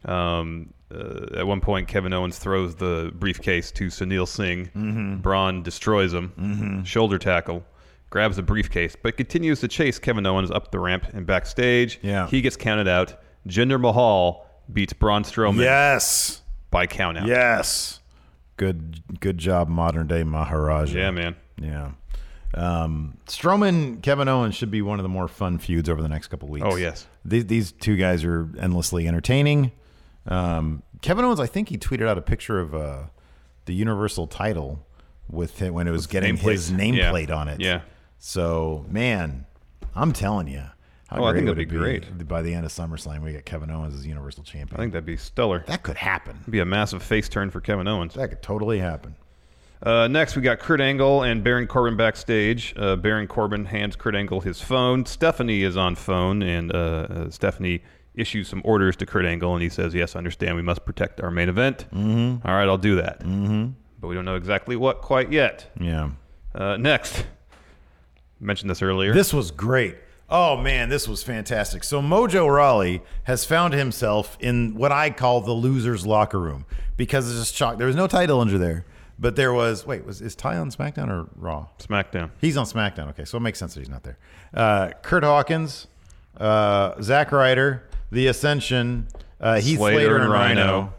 Speaker 7: Um, uh, at one point, Kevin Owens throws the briefcase to Sunil Singh.
Speaker 6: Mm-hmm.
Speaker 7: Braun destroys him. Shoulder tackle. Grabs the briefcase, but continues to chase Kevin Owens up the ramp and backstage.
Speaker 6: Yeah.
Speaker 7: He gets counted out. Jinder Mahal beats Braun Strowman
Speaker 6: Yes.
Speaker 7: by countout.
Speaker 6: Yes. Good. Good job, modern day Maharaja.
Speaker 7: Yeah, man.
Speaker 6: Yeah. Um, Strowman, Kevin Owens should be one of the more fun feuds over the next couple weeks.
Speaker 7: Oh, yes.
Speaker 6: These, these two guys are endlessly entertaining. Um, Kevin Owens, I think he tweeted out a picture of uh, the Universal title with it when it was getting
Speaker 7: nameplate.
Speaker 6: his
Speaker 7: Yeah.
Speaker 6: nameplate on it.
Speaker 7: Yeah.
Speaker 6: So, man, I'm telling you. How
Speaker 7: Oh, I think
Speaker 6: would
Speaker 7: that'd
Speaker 6: it
Speaker 7: be great.
Speaker 6: By the end of SummerSlam, we get Kevin Owens as Universal Champion.
Speaker 7: I think that'd be stellar.
Speaker 6: that could happen.
Speaker 7: be a massive face turn for Kevin Owens.
Speaker 6: That could totally happen.
Speaker 7: Uh, next, we got Kurt Angle and Baron Corbin backstage. Uh, Baron Corbin hands Kurt Angle his phone. Stephanie is on phone, and uh, uh, Stephanie issues some orders to Kurt Angle, and he says, "Yes, I understand. We must protect our main event. All right, I'll do that." Mm-hmm. but we don't know exactly what quite yet.
Speaker 6: Yeah.
Speaker 7: Uh, next, mentioned this earlier.
Speaker 6: This was great. Oh man, this was fantastic. So Mojo Raleigh has found himself in what I call the losers' locker room because it's just chalk. There was no title under there, but there was. Wait, was is Ty on SmackDown or Raw?
Speaker 7: SmackDown.
Speaker 6: He's on SmackDown. Okay, so it makes sense that he's not there. Uh, Kurt Hawkins, uh, Zack Ryder, The Ascension, uh, Heath Slater,
Speaker 7: Slater
Speaker 6: and,
Speaker 7: and
Speaker 6: Rhino.
Speaker 7: Rhino.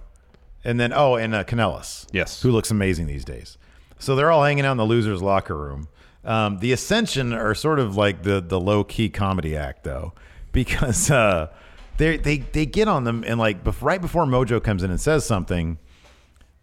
Speaker 6: and then oh, and uh, Kanellis.
Speaker 7: Yes.
Speaker 6: who looks amazing these days. So they're all hanging out in the losers' locker room. Um, the Ascension are sort of like the the low key comedy act though, *laughs* because uh, they they they get on them and like bef- right before Mojo comes in and says something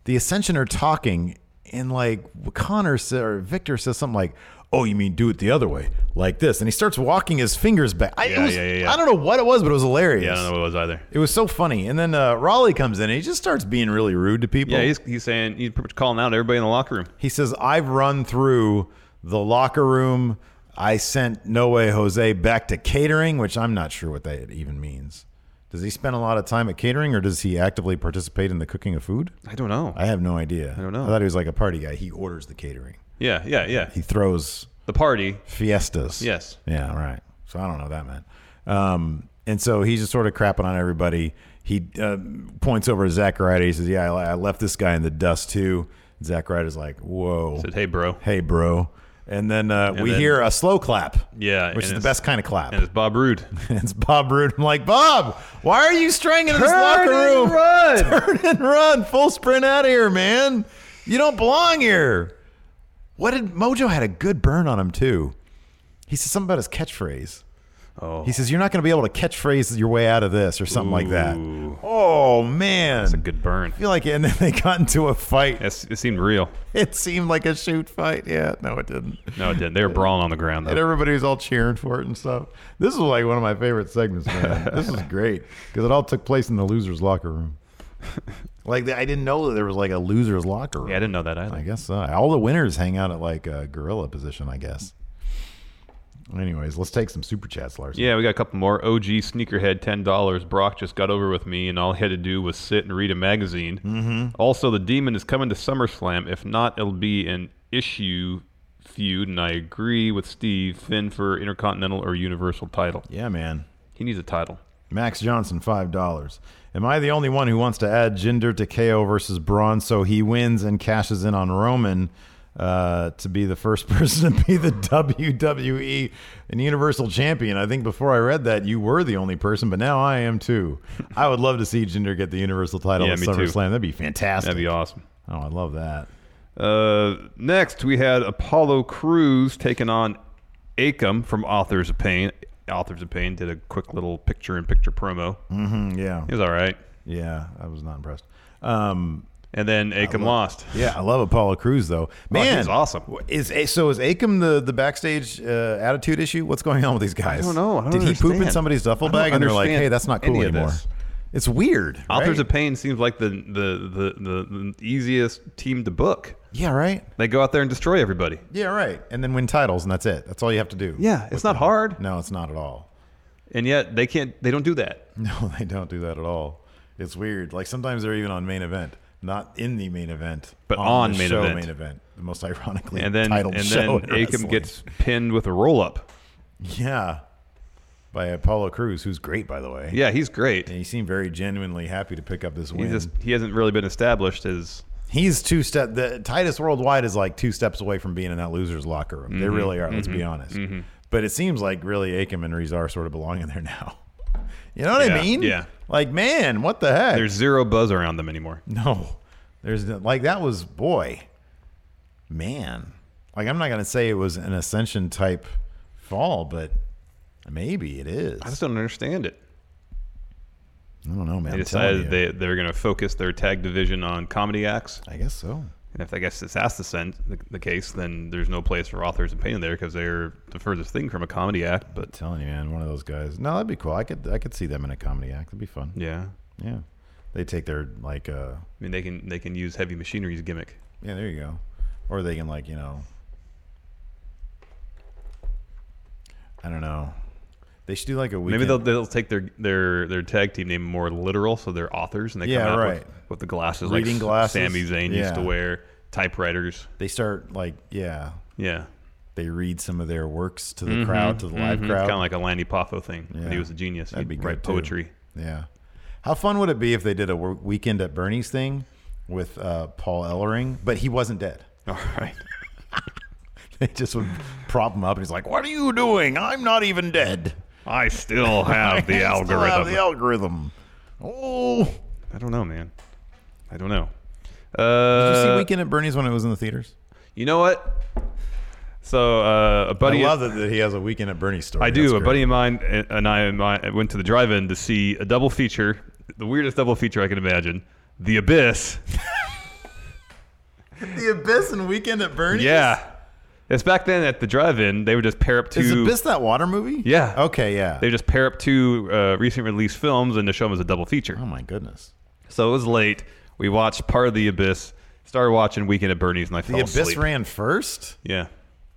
Speaker 6: the Ascension are talking, and like Connor sa- or Victor says something like, "Oh, you mean do it the other way, like this?" And he starts walking his fingers back. I, it
Speaker 7: Yeah,
Speaker 6: was-
Speaker 7: yeah, yeah, yeah.
Speaker 6: I don't know what it was, but it was hilarious.
Speaker 7: Yeah, I don't know what it was either.
Speaker 6: It was so funny. And then uh, Raleigh comes in and he just starts being really rude to people.
Speaker 7: Yeah, he's, he's saying he's pretty much calling out everybody in the locker room.
Speaker 6: he says, "I've run through the locker room. I sent No Way Jose back to catering, which I'm not sure what that even means." Does he spend a lot of time at catering, or does he actively participate in the cooking of food?
Speaker 7: I don't know.
Speaker 6: I have no idea. I
Speaker 7: don't know.
Speaker 6: I thought he was like a party guy. He orders the catering.
Speaker 7: yeah, yeah, yeah.
Speaker 6: He throws
Speaker 7: The party.
Speaker 6: fiestas.
Speaker 7: Yes.
Speaker 6: Yeah. Right. So I don't know that man. Um, and so he's just sort of crapping on everybody. He uh, points over to Zack Ryder. He says, "Yeah, I, I left this guy in the dust too." Zack Ryder's like, "Whoa,
Speaker 7: Said, hey, bro.
Speaker 6: hey, bro." And then uh, we
Speaker 7: then-
Speaker 6: hear a slow clap. which
Speaker 7: Yeah, and
Speaker 6: is the
Speaker 7: it's-
Speaker 6: best kind of clap.
Speaker 7: And it's Bob Roode.
Speaker 6: It's Bob Roode. I'm like, Bob, why are you straying in this locker room? *laughs* Turn and run. Full sprint out of here, man. You don't belong here. What did Mojo had a good burn on him too? He says something about his catchphrase.
Speaker 7: Oh.
Speaker 6: He says you're not going to be able to catchphrase your way out of this or something like that. Oh man, that's
Speaker 7: a good burn.
Speaker 6: I feel like, and then they got into a fight.
Speaker 7: It's, it seemed real.
Speaker 6: It seemed like a shoot fight. Yeah, no, it didn't.
Speaker 7: No, it didn't.
Speaker 6: *laughs*
Speaker 7: They were brawling on the ground,
Speaker 6: And
Speaker 7: though.
Speaker 6: everybody was all cheering for it and stuff. This is like one of my favorite segments, *laughs* man. this is great because it all took place in the losers' locker room. *laughs* Like I didn't know that there was like a losers' locker room.
Speaker 7: Yeah, I didn't know that
Speaker 6: I
Speaker 7: either.
Speaker 6: guess so. All the winners hang out at like a gorilla position, I guess. Anyways, let's take some super chats, Larson.
Speaker 7: Yeah, we got a couple more. OG sneakerhead, ten dollars. Brock just got over with me, and all he had to do was sit and read a magazine. Mm-hmm. Also, the demon is coming to SummerSlam. If not, it'll be an issue feud. And I agree with Steve Finn for Intercontinental or Universal title.
Speaker 6: Yeah, man.
Speaker 7: He needs a title.
Speaker 6: Max Johnson, five dollars. Am I the only one who wants to add Jinder to KO versus Braun so he wins and cashes in on Roman uh, to be the first *laughs* person to be the WWE and Universal Champion? I think before I read that, you were the only person, but now I am too. I would love to see Jinder get the Universal title
Speaker 7: Yeah,
Speaker 6: at
Speaker 7: me too.
Speaker 6: SummerSlam. That'd be fantastic.
Speaker 7: That'd be awesome.
Speaker 6: Oh, I love that.
Speaker 7: Uh, next, we had Apollo Cruz taking on Akam from Authors of Pain. Authors of Pain did a quick little picture-in-picture promo.
Speaker 6: Mm, Yeah,
Speaker 7: He was all right,
Speaker 6: yeah. I was not impressed. Um,
Speaker 7: and then Akam lost.
Speaker 6: Yeah, I love Apollo Cruz though. Man,
Speaker 7: Oh, he's awesome.
Speaker 6: Is so is Akam the the backstage uh, attitude issue? What's going on with these guys?
Speaker 7: I don't know. I
Speaker 6: Did
Speaker 7: don't
Speaker 6: he poop in
Speaker 7: understand.
Speaker 6: somebody's duffel
Speaker 7: I don't
Speaker 6: bag and they're like,
Speaker 7: understand
Speaker 6: "Hey, that's not
Speaker 7: any
Speaker 6: cool
Speaker 7: of
Speaker 6: anymore."
Speaker 7: this.
Speaker 6: It's weird.
Speaker 7: *laughs* Authors
Speaker 6: right?
Speaker 7: of Pain seems like the, the, the, the, the easiest team to book.
Speaker 6: yeah, right.
Speaker 7: They go out there and destroy everybody.
Speaker 6: Yeah, right. And then win titles, and that's it. That's all you have to do.
Speaker 7: Yeah, it's not hard.
Speaker 6: No, it's not at all. *laughs*
Speaker 7: And yet they can't. They don't do that.
Speaker 6: No, they don't do that at all. It's weird. Like sometimes they're even on main event, not in the main event,
Speaker 7: But on
Speaker 6: the
Speaker 7: main
Speaker 6: show
Speaker 7: event.
Speaker 6: main event. The most ironically
Speaker 7: And then
Speaker 6: titled
Speaker 7: and
Speaker 6: show *laughs*
Speaker 7: then
Speaker 6: in wrestling.
Speaker 7: Akam gets pinned with a roll up.
Speaker 6: yeah by Apollo Cruz, who's great by the way.
Speaker 7: Yeah, he's great.
Speaker 6: And he seemed very genuinely happy to pick up this
Speaker 7: He
Speaker 6: win.
Speaker 7: just he hasn't really been established as
Speaker 6: He's two step. The Titus Worldwide is like two steps away from being in that losers locker room.
Speaker 7: Mm-hmm.
Speaker 6: They really are. Let's be honest. But it seems like really Akam and Rees are sort of belonging there now. *laughs* You know what I
Speaker 7: Yeah,
Speaker 6: mean?
Speaker 7: yeah.
Speaker 6: Like man, what the heck?
Speaker 7: there's zero buzz around them anymore.
Speaker 6: no. There's no- like that was boy, man. Like I'm not gonna say it was an ascension type fall, but maybe it is.
Speaker 7: I just don't understand it.
Speaker 6: I don't know, man.
Speaker 7: They
Speaker 6: I'm telling
Speaker 7: decided
Speaker 6: you.
Speaker 7: they they're going to focus their tag division on comedy acts.
Speaker 6: I guess so.
Speaker 7: And if I guess if that's the, sen- the the case, then there's no place for authors and pain in there because they're the furthest thing from a comedy act. But
Speaker 6: Telling you, man, one of those guys. No, that'd be cool. I could, I could see them in a comedy act. That'd be fun.
Speaker 7: yeah,
Speaker 6: Yeah, they take their like, uh,
Speaker 7: I mean, they can they can use heavy machinery's gimmick.
Speaker 6: yeah, there you go. Or they can like, you know, I don't know. They should do like a weekend.
Speaker 7: Maybe they'll, they'll take their, their their tag team name more literal, so they're authors and they
Speaker 6: Yeah,
Speaker 7: come out
Speaker 6: right.
Speaker 7: with, with the glasses,
Speaker 6: Reading
Speaker 7: like
Speaker 6: glasses.
Speaker 7: Sammy Zayn used to
Speaker 6: Yeah.
Speaker 7: wear, typewriters.
Speaker 6: They start like yeah,
Speaker 7: Yeah.
Speaker 6: they read some of their works to the
Speaker 7: Mm-hmm.
Speaker 6: crowd, to the live crowd.
Speaker 7: Kind of like a Landy Poffo thing.
Speaker 6: Yeah.
Speaker 7: He was a genius.
Speaker 6: That'd
Speaker 7: He'd
Speaker 6: be
Speaker 7: write
Speaker 6: good, too.
Speaker 7: poetry.
Speaker 6: Yeah. How fun would it be if they did a wor- weekend at Bernie's thing with uh, Paul Ellering, but he wasn't dead?
Speaker 7: *laughs* All right.
Speaker 6: *laughs* They just would prop him up, and he's like, "What are you doing? I'm not even dead."
Speaker 7: I still
Speaker 6: *laughs*
Speaker 7: have the
Speaker 6: I still
Speaker 7: algorithm.
Speaker 6: have the algorithm. Oh.
Speaker 7: I don't know, man. I don't know.
Speaker 6: Did you see
Speaker 7: Uh,
Speaker 6: Weekend at Bernie's when it was in the theaters?
Speaker 7: you know what? So uh, a buddy.
Speaker 6: I love that, that he has a Weekend at Bernie's story.
Speaker 7: I do.
Speaker 6: That's
Speaker 7: A
Speaker 6: great.
Speaker 7: buddy of mine and and I and my- went to the drive-in to see a double feature, the weirdest double feature I can imagine, The Abyss.
Speaker 6: The Abyss and Weekend at Bernie's.
Speaker 7: yeah, it's back then at the drive-in. They would just pair up two.
Speaker 6: Is Abyss that water movie?
Speaker 7: Yeah.
Speaker 6: Okay. Yeah.
Speaker 7: They would just pair up two uh, recent release films and to show them as a double feature.
Speaker 6: oh my goodness.
Speaker 7: So it was late. We watched part of The Abyss. Started watching Weekend at Bernie's and I
Speaker 6: The
Speaker 7: fell
Speaker 6: Abyss
Speaker 7: asleep.
Speaker 6: ran first.
Speaker 7: yeah.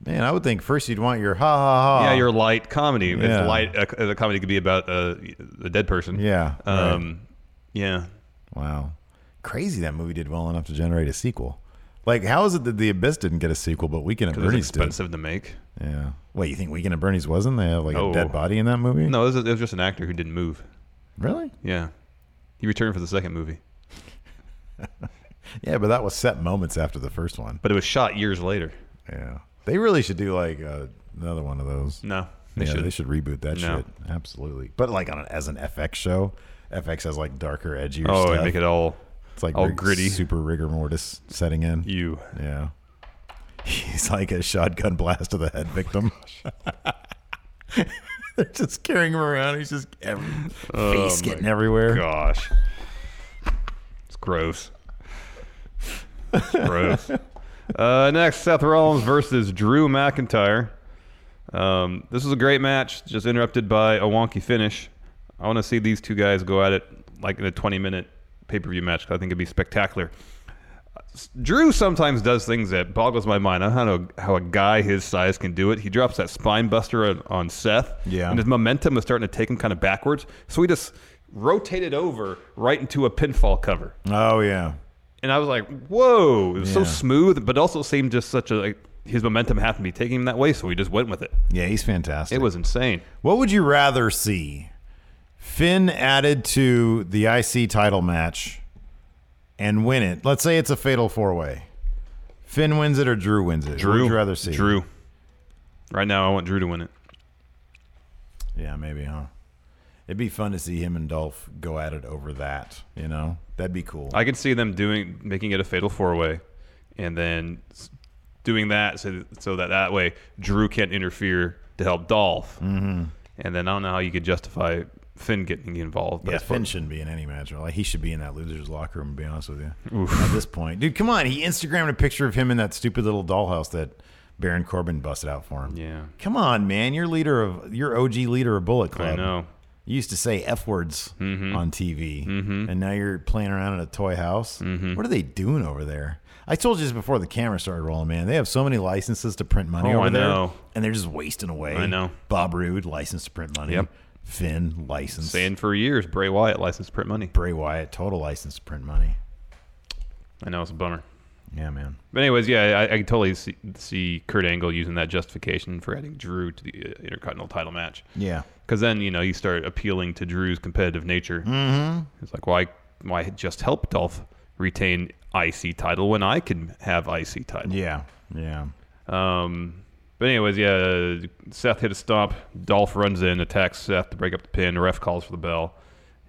Speaker 6: Man, I would think first you'd want your ha ha ha.
Speaker 7: Yeah, your light comedy.
Speaker 6: Yeah.
Speaker 7: It's light. A, a comedy could be about uh, a dead person.
Speaker 6: Yeah,
Speaker 7: Um, Yeah.
Speaker 6: Wow. Crazy that movie did well enough to generate a sequel. Like, how is it that The Abyss didn't get a sequel, but Weekend at
Speaker 7: It was
Speaker 6: Bernie's did?
Speaker 7: expensive to make.
Speaker 6: Yeah. Wait, you think Weekend at Bernie's wasn't? They have like a
Speaker 7: No.
Speaker 6: dead body in that movie?
Speaker 7: No, it was, it was just an actor who didn't move.
Speaker 6: Really?
Speaker 7: Yeah. He returned for the second movie,
Speaker 6: Yeah, but that was set moments after the first one.
Speaker 7: but it was shot years later.
Speaker 6: Yeah. They really should do like uh, another one of those.
Speaker 7: No.
Speaker 6: They
Speaker 7: They
Speaker 6: yeah,
Speaker 7: should.
Speaker 6: they should reboot that
Speaker 7: No.
Speaker 6: shit. Absolutely. But like on an, as an FX show, FX has like darker, edgier
Speaker 7: Oh,
Speaker 6: stuff.
Speaker 7: and make it all
Speaker 6: it's like
Speaker 7: all
Speaker 6: rig-
Speaker 7: gritty.
Speaker 6: super rigor mortis setting in.
Speaker 7: you.
Speaker 6: Yeah. He's like a shotgun blast to the head victim. *laughs* They're just carrying him around. He's just every,
Speaker 7: Oh
Speaker 6: face getting everywhere.
Speaker 7: Gosh. It's gross. It's gross. uh, next, Seth Rollins versus Drew McIntyre. Um, this was a great match, just interrupted by a wonky finish. I want to see these two guys go at it like in a 20 minute pay per view match 'cause I think it'd be spectacular. Drew sometimes does things that boggles my mind. I don't know how a guy his size can do it. He drops that spine buster on, on Seth.
Speaker 6: Yeah.
Speaker 7: And his momentum is starting to take him kind of backwards. So he just rotated over right into a pinfall cover.
Speaker 6: Oh yeah.
Speaker 7: And I was like, whoa. It was so
Speaker 6: Yeah.
Speaker 7: smooth, but also seemed just such a, like, his momentum happened to be taking him that way. So he just went with it.
Speaker 6: Yeah, he's fantastic.
Speaker 7: It was insane.
Speaker 6: What would you rather see? Finn added to the IC title match and win it. Let's say it's a fatal four way. Finn wins it or Drew wins it. What
Speaker 7: Drew.
Speaker 6: would you rather see?
Speaker 7: Drew. Right now, I want Drew to win it.
Speaker 6: Yeah, maybe, huh? It'd be fun to see him and Dolph go at it over that, you know? That'd be cool.
Speaker 7: I could see them doing making it a fatal four way, and then s- doing that so so that that way Drew can't interfere to help Dolph. Mm-hmm. And then I don't know how you could justify Finn getting involved. But
Speaker 6: Yeah,
Speaker 7: as far-
Speaker 6: Finn shouldn't be in any match. Like he should be in that losers locker room. To be honest with you, at this point, dude, come on. He Instagrammed a picture of him in that stupid little dollhouse that Baron Corbin busted out for him.
Speaker 7: Yeah.
Speaker 6: come on, man. You're leader of your OG leader of Bullet Club.
Speaker 7: I know. Mm-hmm.
Speaker 6: You used to say f words on TV, and now you're playing around in a toy house.
Speaker 7: Mm-hmm.
Speaker 6: What are they doing over there? I told you this before the camera started rolling, man. They have so many licenses to print money
Speaker 7: Oh,
Speaker 6: over
Speaker 7: I
Speaker 6: there,
Speaker 7: know.
Speaker 6: and they're just wasting away.
Speaker 7: I know.
Speaker 6: Bob Roode, license to print money.
Speaker 7: Yep.
Speaker 6: Finn, license.
Speaker 7: Saying for years, Bray Wyatt licensed print money.
Speaker 6: Bray Wyatt, total license to print money.
Speaker 7: I know it's a bummer.
Speaker 6: Yeah, man.
Speaker 7: But anyways, yeah, I, I can totally see, see Kurt Angle using that justification for adding Drew to the uh, Intercontinental title match.
Speaker 6: Yeah.
Speaker 7: Because then you know you start appealing to Drew's competitive nature. Mm-hmm. It's like why why just help Dolph retain IC title when I can have IC title?
Speaker 6: Yeah. Yeah.
Speaker 7: Um, but anyways, yeah, Seth hit a stomp. Dolph runs in, attacks Seth to break up the pin. The ref calls for the bell,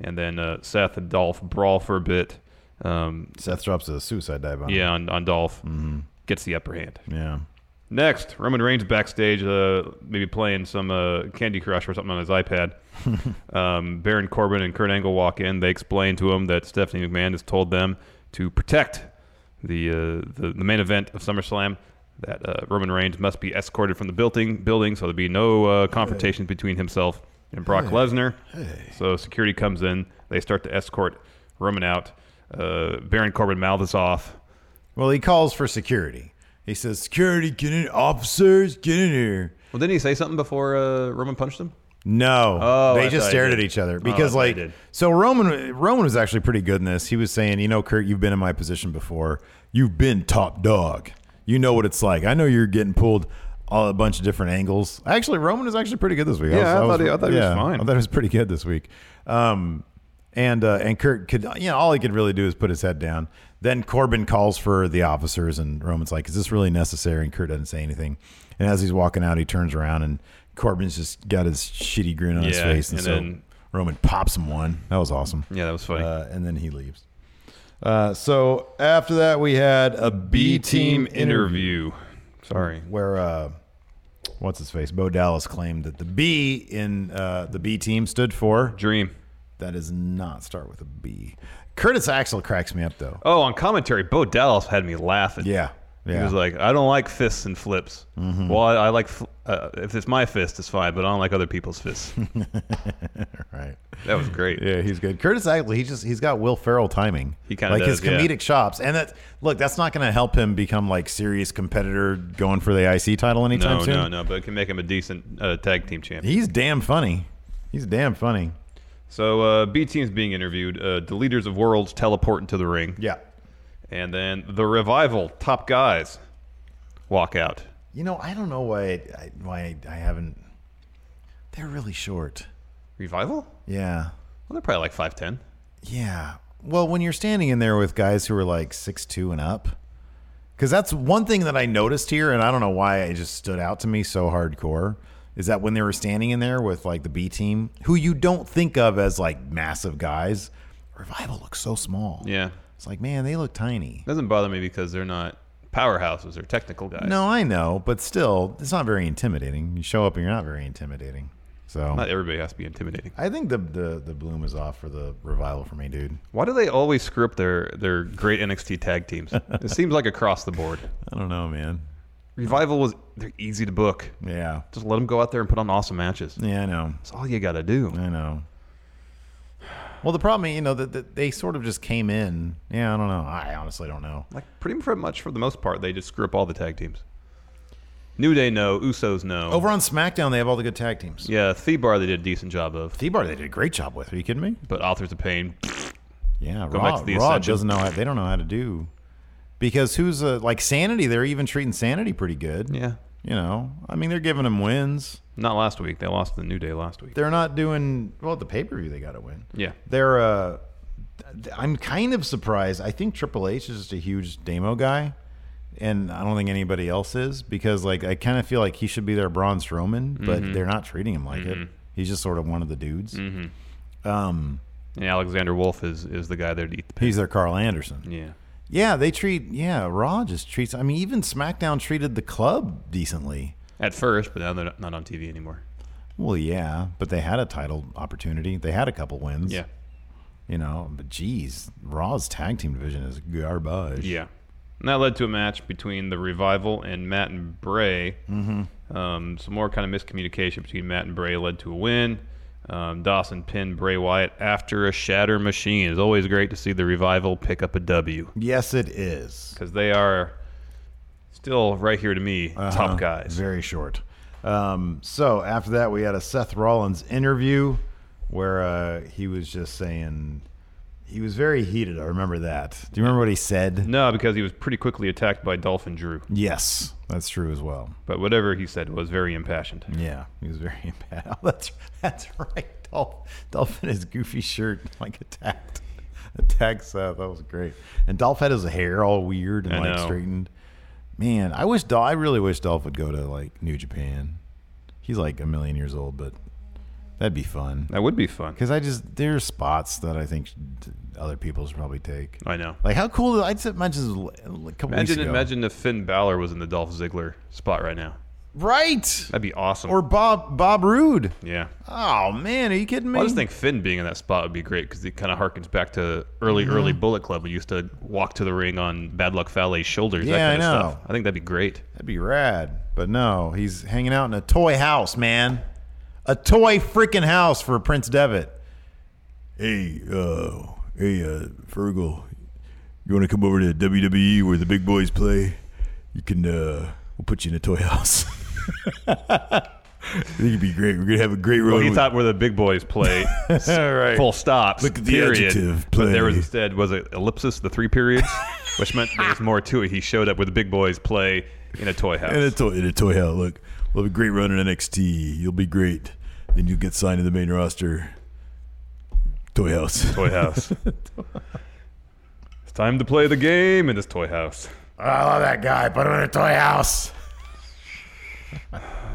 Speaker 7: and then uh, Seth and Dolph brawl for a bit. Um,
Speaker 6: Seth drops a suicide dive on him.
Speaker 7: yeah, on, on Dolph gets the upper hand.
Speaker 6: Yeah.
Speaker 7: Next, Roman Reigns backstage, uh, maybe playing some uh, Candy Crush or something on his iPad. um, Baron Corbin and Kurt Angle walk in. They explain to him that Stephanie McMahon has told them to protect the uh, the, the main event of SummerSlam. That uh, Roman Reigns must be escorted from the building, building, so there'll be no uh, confrontation between himself and Brock Lesnar. So security comes in. They start to escort Roman out. Uh, Baron Corbin mouths off.
Speaker 6: Well, he calls for security. He says, Security, get in. Officers, get in here.
Speaker 7: Well, didn't he say something before uh, Roman punched him?
Speaker 6: No,
Speaker 7: Oh,
Speaker 6: they
Speaker 7: I
Speaker 6: just
Speaker 7: thought you
Speaker 6: stared at
Speaker 7: did.
Speaker 6: each other
Speaker 7: Oh,
Speaker 6: because,
Speaker 7: I
Speaker 6: like,
Speaker 7: did.
Speaker 6: so Roman Roman was actually pretty good in this. He was saying, you know, Kurt, you've been in my position before. You've been top dog. You know what it's like. I know you're getting pulled all a bunch of different angles. Actually, Roman was actually pretty good this week.
Speaker 7: Yeah, I
Speaker 6: was-
Speaker 7: thought he- I thought he was
Speaker 6: yeah,
Speaker 7: fine.
Speaker 6: I thought he was pretty good this week. Um, and uh, and Kurt could, you know, all he could really do is put his head down. Then Corbin calls for the officers, and Roman's like, "Is this really necessary?" And Kurt doesn't say anything. And as he's walking out, he turns around, and Corbin's just got his shitty grin on his
Speaker 7: Yeah,
Speaker 6: face, and,
Speaker 7: and
Speaker 6: so
Speaker 7: then-
Speaker 6: Roman pops him one. That was awesome.
Speaker 7: Yeah, that was funny.
Speaker 6: Uh, and then he leaves. Uh, so after that, we had a B team interview
Speaker 7: Sorry.
Speaker 6: where uh, what's his face, Bo Dallas, claimed that the B in uh, the B team stood for
Speaker 7: Dream.
Speaker 6: that does not start with a B. Curtis Axel cracks me up though.
Speaker 7: Oh, on commentary, Bo Dallas had me laughing.
Speaker 6: Yeah, yeah. Mm-hmm.
Speaker 7: He was like, I don't like fists and flips. Well, I, I like, fl- uh, if it's my fist, it's fine, but I don't like other
Speaker 6: *laughs*
Speaker 7: people's fists.
Speaker 6: right.
Speaker 7: that was great.
Speaker 6: Yeah, he's good. Curtis Axel, he just he's got Will Ferrell timing.
Speaker 7: He kinda
Speaker 6: like his
Speaker 7: does, yeah.
Speaker 6: comedic chops, and that look that's not going to help him become like serious competitor going for the IC title anytime
Speaker 7: No,
Speaker 6: soon.
Speaker 7: no, no, but it can make him a decent uh, tag team champion.
Speaker 6: He's damn funny. He's damn funny.
Speaker 7: So uh, B team's being interviewed. Uh, the leaders of worlds teleport into the ring,
Speaker 6: Yeah.
Speaker 7: and then the revival top guys walk out.
Speaker 6: You know, I don't know why I, why I haven't. They're really short.
Speaker 7: Revival? Well,
Speaker 6: Yeah.
Speaker 7: they're probably like five ten.
Speaker 6: Yeah. Well, when you're standing in there with guys who are like six two and up, because that's one thing that I noticed here, and I don't know why it just stood out to me so hardcore, is that when they were standing in there with like the B team, who you don't think of as like massive guys, Revival looks so small.
Speaker 7: Yeah,
Speaker 6: It's like, man, they look tiny.
Speaker 7: doesn't bother me because they're not powerhouses; they're technical guys.
Speaker 6: No, I know, but still, it's not very intimidating. You show up and you're not very intimidating. So
Speaker 7: not everybody has to be intimidating.
Speaker 6: I think the, the the bloom is off for the revival for me, dude.
Speaker 7: Why do they always screw up their their great NXT
Speaker 6: *laughs*
Speaker 7: tag teams? it seems like across the board.
Speaker 6: I don't know, man.
Speaker 7: Revival was they're easy to book.
Speaker 6: Yeah.
Speaker 7: Just let them go out there and put on awesome matches.
Speaker 6: Yeah, I know.
Speaker 7: That's all you got to do.
Speaker 6: I know. Well, the problem, you know, that, that they sort of just came in. Yeah, I don't know. I honestly don't know.
Speaker 7: Like pretty much for the most part, they just screw up all the tag teams. New Day, no. Usos, no.
Speaker 6: Over on SmackDown, they have all the good tag teams.
Speaker 7: yeah, Thebar, they did a decent job of.
Speaker 6: T-Bar, they did a great job with. Are you kidding me?
Speaker 7: But Authors of Pain,
Speaker 6: Yeah,
Speaker 7: Go
Speaker 6: Raw,
Speaker 7: back to the
Speaker 6: Raw
Speaker 7: Ascension.
Speaker 6: doesn't know how they don't know how to do because who's uh, like Sanity? They're even treating Sanity pretty good.
Speaker 7: yeah,
Speaker 6: you know, I mean, they're giving them wins.
Speaker 7: not last week. They lost to the New Day last week.
Speaker 6: They're not doing well. at The pay per view, they got to win.
Speaker 7: Yeah.
Speaker 6: they're. uh th- I'm kind of surprised. I think Triple H is just a huge demo guy, and I don't think anybody else is because, like, I kind of feel like he should be their Braun Strowman, but
Speaker 7: Mm-hmm.
Speaker 6: they're not treating him like it. He's just sort of one of the dudes. Um,
Speaker 7: And Alexander Wolf is is the guy there to eat the pin.
Speaker 6: he's their Carl Anderson.
Speaker 7: Yeah,
Speaker 6: Yeah, they treat. Yeah, Raw just treats. I mean, even SmackDown treated the club decently.
Speaker 7: at first, but now they're not- not on TV anymore.
Speaker 6: Well, yeah, but they had a title opportunity. They had a couple wins.
Speaker 7: Yeah,
Speaker 6: You know, but geez, Raw's tag team division is garbage.
Speaker 7: yeah. And that led to a match between the Revival and Matt and Bray. Mm-hmm. Um, some more kind of miscommunication between Matt and Bray led to a win. Um, Dawson pinned Bray Wyatt after a shatter machine. It's always great to see the Revival pick up a W
Speaker 6: Yes, it is.
Speaker 7: because they are still right here to me top guys.
Speaker 6: Very short. Um, so after that, we had a Seth Rollins interview where uh, he was just saying he was very heated. I remember that. Do you remember what he said?
Speaker 7: No, because he was pretty quickly attacked by Dolphin Drew.
Speaker 6: Yes, that's true as well.
Speaker 7: But whatever he said was very impassioned.
Speaker 6: Yeah, he was very *laughs* bad. Oh, that's that's right. Dolph, Dolph in his goofy shirt like attacked attacked Seth. That was great. And Dolph had his hair all weird and
Speaker 7: I
Speaker 6: like
Speaker 7: know.
Speaker 6: straightened. Man, I wish Dolph. I really wish Dolph would go to like New Japan. He's like a million years old, but that'd be fun.
Speaker 7: That would be fun.
Speaker 6: Because I just there are spots that I think sh- other people should probably take.
Speaker 7: I know.
Speaker 6: Like how cool! I just imagine a couple weeks
Speaker 7: Imagine,
Speaker 6: ago.
Speaker 7: imagine if Finn Balor was in the Dolph Ziggler spot right now.
Speaker 6: right?
Speaker 7: That'd be awesome.
Speaker 6: Or Bob Bob Roode.
Speaker 7: yeah.
Speaker 6: Oh man, are you kidding me?
Speaker 7: I just think Finn being in that spot would be great because it kind of harkens back to early, early Bullet Club. We used to walk to the ring on Bad Luck Fale's shoulders.
Speaker 6: Yeah, I
Speaker 7: that kind
Speaker 6: know.
Speaker 7: of stuff. I think that'd be great.
Speaker 6: That'd be rad. But no, he's hanging out in a toy house, man. A toy freaking house for Prince Devitt.
Speaker 8: Hey, uh, hey, uh, Fergal, you want to come over to WWE where the big *laughs* boys play? You can, uh, we'll put you in a toy house. I think it'd be great. We're gonna have a great run.
Speaker 7: Well, he
Speaker 8: with-
Speaker 7: thought where the big boys play.
Speaker 6: All right.
Speaker 7: Full stops.
Speaker 8: Look at the
Speaker 7: period.
Speaker 8: adjective,
Speaker 7: But there was
Speaker 8: play.
Speaker 7: instead was it ellipsis, the three periods, which meant there's more to it. He showed up with the big boys play in a toy house.
Speaker 8: and a toy, and a toy hell. Look, we'll have a great run in NXT. You'll be great. Then you'll get signed to the main roster. Toy house.
Speaker 7: toy house. it's time to play the game in this toy house.
Speaker 6: Oh, I love that guy. Put him in a toy house.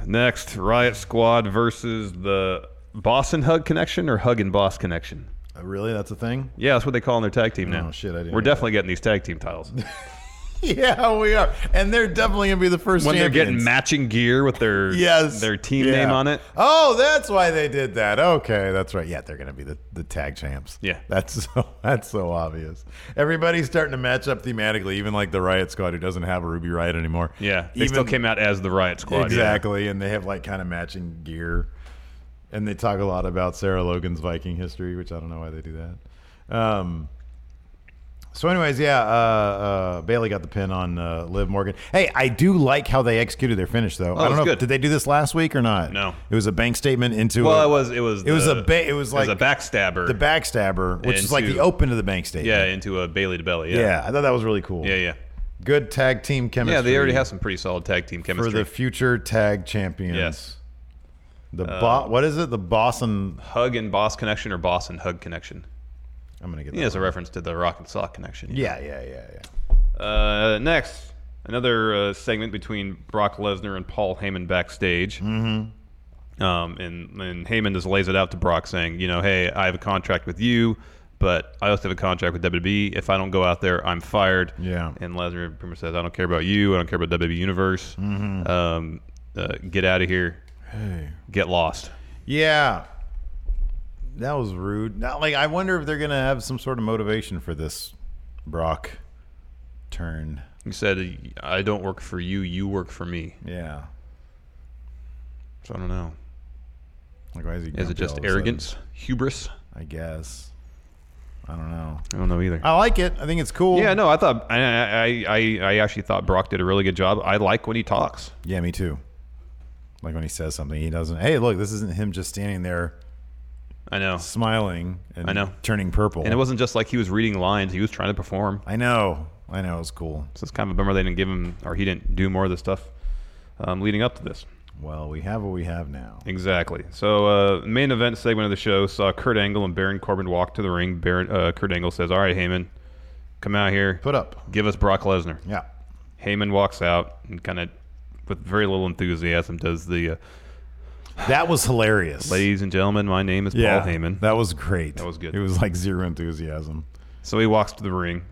Speaker 7: Next, Riot Squad versus the Boss and Hug Connection or Hug and Boss Connection.
Speaker 6: Uh, really? That's a thing?
Speaker 7: Yeah, that's what they call in their tag team now.
Speaker 6: Oh, shit, I didn't
Speaker 7: We're
Speaker 6: know that.
Speaker 7: definitely getting these tag team
Speaker 6: *laughs*
Speaker 7: titles.
Speaker 6: *laughs* Yeah, we are. And they're definitely going to be the first
Speaker 7: when they're
Speaker 6: champions.
Speaker 7: getting matching gear with
Speaker 6: *laughs*
Speaker 7: their
Speaker 6: Yes.
Speaker 7: their team
Speaker 6: Yeah.
Speaker 7: name on it.
Speaker 6: Oh, that's why they did that. Okay, that's right. Yeah, they're going to be the, the tag champs.
Speaker 7: Yeah.
Speaker 6: That's *laughs* so that's so obvious. Everybody's starting to match up thematically, even like the Riot Squad who doesn't have a Ruby Riot anymore.
Speaker 7: Yeah, they
Speaker 6: Even-
Speaker 7: still came out as the Riot Squad. yeah.
Speaker 6: Exactly, and they have like kind of matching gear, and they talk a lot about Sarah Logan's Viking history, which I don't know why they do that. Um, so, anyways, yeah, uh, uh, Bailey got the pin on uh, Liv Morgan. Hey, I do like how they executed their finish, though. I
Speaker 7: it was
Speaker 6: don't know, if-
Speaker 7: Oh, good.
Speaker 6: did they do this last week or not?
Speaker 7: No.
Speaker 6: it was a bank statement into.
Speaker 7: Well,
Speaker 6: a-
Speaker 7: it was it was
Speaker 6: It was
Speaker 7: the-
Speaker 6: a ba- it was like
Speaker 7: a backstabber.
Speaker 6: the backstabber, which is like
Speaker 7: Into-
Speaker 6: the open to the bank statement.
Speaker 7: yeah into a Bailey to belly.
Speaker 6: yeah,
Speaker 7: Yeah,
Speaker 6: I thought that was really cool.
Speaker 7: yeah, yeah.
Speaker 6: good tag team chemistry.
Speaker 7: Yeah, they already have some pretty solid tag team
Speaker 6: for
Speaker 7: chemistry.
Speaker 6: the future tag champions.
Speaker 7: Yes. Uh,
Speaker 6: The bo- what is it? The Boston.
Speaker 7: Hug and Boss Connection or Boss and Hug Connection.
Speaker 6: I'm gonna get
Speaker 7: Yeah,
Speaker 6: that.
Speaker 7: it's a reference to the Rock and Sock Connection.
Speaker 6: Yeah, yeah, yeah, yeah.
Speaker 7: Uh, next, another uh, segment between Brock Lesnar and Paul Heyman backstage. Mm-hmm. Um, and, and Heyman just lays it out to Brock, saying, you know, hey, I have a contract with you, but I also have a contract with WWE. If I don't go out there, I'm fired.
Speaker 6: Yeah.
Speaker 7: And Lesnar pretty much says, I don't care about you. I don't care about WWE Universe.
Speaker 6: Mm-hmm.
Speaker 7: Um, uh, get out of here. Get lost.
Speaker 6: Yeah. That was rude. Not like I wonder if they're gonna have some sort of motivation for this Brock turn.
Speaker 7: He said, I don't work for you. You work for me.
Speaker 6: Yeah.
Speaker 7: So I don't know.
Speaker 6: Like why is he?
Speaker 7: Is
Speaker 6: grumpy
Speaker 7: it just
Speaker 6: all of a sudden?
Speaker 7: arrogance, hubris?
Speaker 6: I guess. I don't know.
Speaker 7: I don't know either.
Speaker 6: I like it. I think it's cool.
Speaker 7: Yeah, no, I thought I, I I I actually thought Brock did a really good job. I like when he talks.
Speaker 6: Yeah, me too. Like when he says something, he doesn't. Hey, look, this isn't him just standing there
Speaker 7: I know,
Speaker 6: smiling and
Speaker 7: I know.
Speaker 6: turning purple.
Speaker 7: and it wasn't just like he was reading lines; he was trying to perform.
Speaker 6: I know. I know. It was cool.
Speaker 7: So it's kind of a bummer they didn't give him or he didn't do more of the stuff um, leading up to this.
Speaker 6: Well, we have what we have now.
Speaker 7: Exactly. So uh, main event segment of the show saw Kurt Angle and Baron Corbin walk to the ring. Baron uh, Kurt Angle says, "All right, Heyman, come out here,
Speaker 6: Put up.
Speaker 7: give us Brock Lesnar."
Speaker 6: Yeah.
Speaker 7: Heyman walks out and kind of with very little enthusiasm does the uh,
Speaker 6: That was hilarious.
Speaker 7: ladies and gentlemen, my name is
Speaker 6: yeah.
Speaker 7: Paul Heyman.
Speaker 6: That was great. That
Speaker 7: was good.
Speaker 6: It was like zero enthusiasm.
Speaker 7: So he walks to the ring.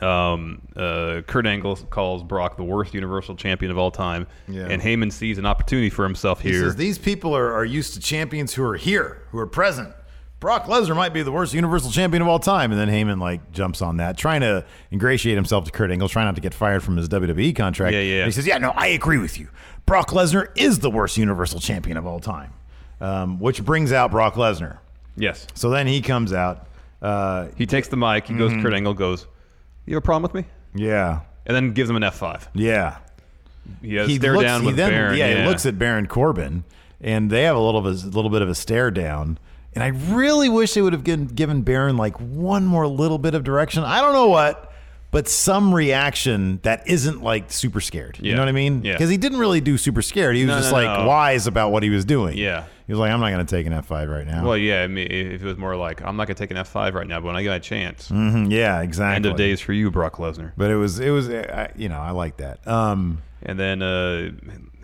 Speaker 7: Um, uh, Kurt Angle calls Brock the worst Universal Champion of all time,
Speaker 6: Yeah.
Speaker 7: and Heyman sees an opportunity for himself
Speaker 6: He
Speaker 7: here.
Speaker 6: says, These people are, are used to champions who are here, who are present. Brock Lesnar might be the worst Universal Champion of all time. And then Heyman, like, jumps on that, trying to ingratiate himself to Kurt Angle, trying not to get fired from his WWE contract.
Speaker 7: Yeah, yeah.
Speaker 6: And he says, Yeah, no, I agree with you. Brock Lesnar is the worst Universal Champion of all time, um, which brings out Brock Lesnar.
Speaker 7: yes,
Speaker 6: So then he comes out. Uh,
Speaker 7: he takes the mic. He
Speaker 6: Mm-hmm.
Speaker 7: goes. to Kurt Angle goes, "You have a problem with me?"
Speaker 6: yeah.
Speaker 7: And then gives him an F five.
Speaker 6: Yeah.
Speaker 7: He has a stare down
Speaker 6: he
Speaker 7: with
Speaker 6: then-
Speaker 7: Baron.
Speaker 6: Yeah, he looks at Baron Corbin, and they have a little of a little bit of a stare down. And I really wish they would have given, given Baron like one more little bit of direction. I don't know what, but some reaction that isn't like super scared. You
Speaker 7: Yeah.
Speaker 6: know what I mean?
Speaker 7: Yeah.
Speaker 6: Because he didn't really do super scared. He was
Speaker 7: No,
Speaker 6: just
Speaker 7: no,
Speaker 6: like
Speaker 7: no.
Speaker 6: wise about what he was doing.
Speaker 7: Yeah.
Speaker 6: He was like, I'm not going to take an F5 right now.
Speaker 7: Well, yeah. I mean, if it was more like, "I'm not gonna take an F five right now, but when I get a chance,
Speaker 6: Mhm, *laughs* yeah, exactly.
Speaker 7: end of days for you, Brock Lesnar."
Speaker 6: But it was, it was, uh, I, you know, I like that. Um,
Speaker 7: And then uh,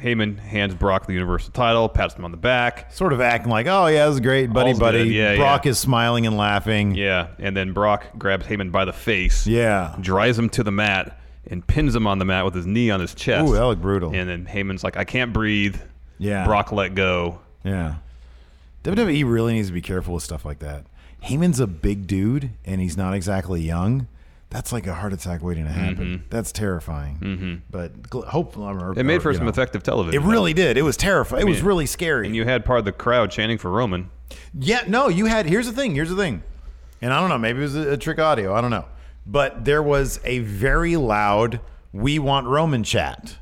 Speaker 7: Heyman hands Brock the Universal title, pats him on the back.
Speaker 6: sort of acting like, oh yeah, it was great, buddy,
Speaker 7: All's
Speaker 6: buddy.
Speaker 7: good. Yeah,
Speaker 6: Brock
Speaker 7: yeah.
Speaker 6: is smiling and laughing.
Speaker 7: Yeah, and then Brock grabs Heyman by the face.
Speaker 6: Yeah.
Speaker 7: drives him to the mat and pins him on the mat with his knee on his chest.
Speaker 6: Ooh, that looked brutal.
Speaker 7: And then Heyman's like, I can't breathe.
Speaker 6: Yeah.
Speaker 7: Brock let go.
Speaker 6: Yeah. WWE really needs to be careful with stuff like that. Heyman's a big dude and he's not exactly young. That's like a heart attack waiting to happen. That's terrifying. Mm-hmm. But gl- hopefully, or-
Speaker 7: Mm-hmm. It made
Speaker 6: or,
Speaker 7: for
Speaker 6: you
Speaker 7: some
Speaker 6: know.
Speaker 7: effective
Speaker 6: It
Speaker 7: television.
Speaker 6: really did. It was terrifying. It was really scary.
Speaker 7: And you had part of the crowd chanting for Roman.
Speaker 6: Yeah, no, you had. Here's the thing. Here's the thing. And I don't know. Maybe it was a, a trick audio. I don't know. But there was a very loud "We want Roman" chat,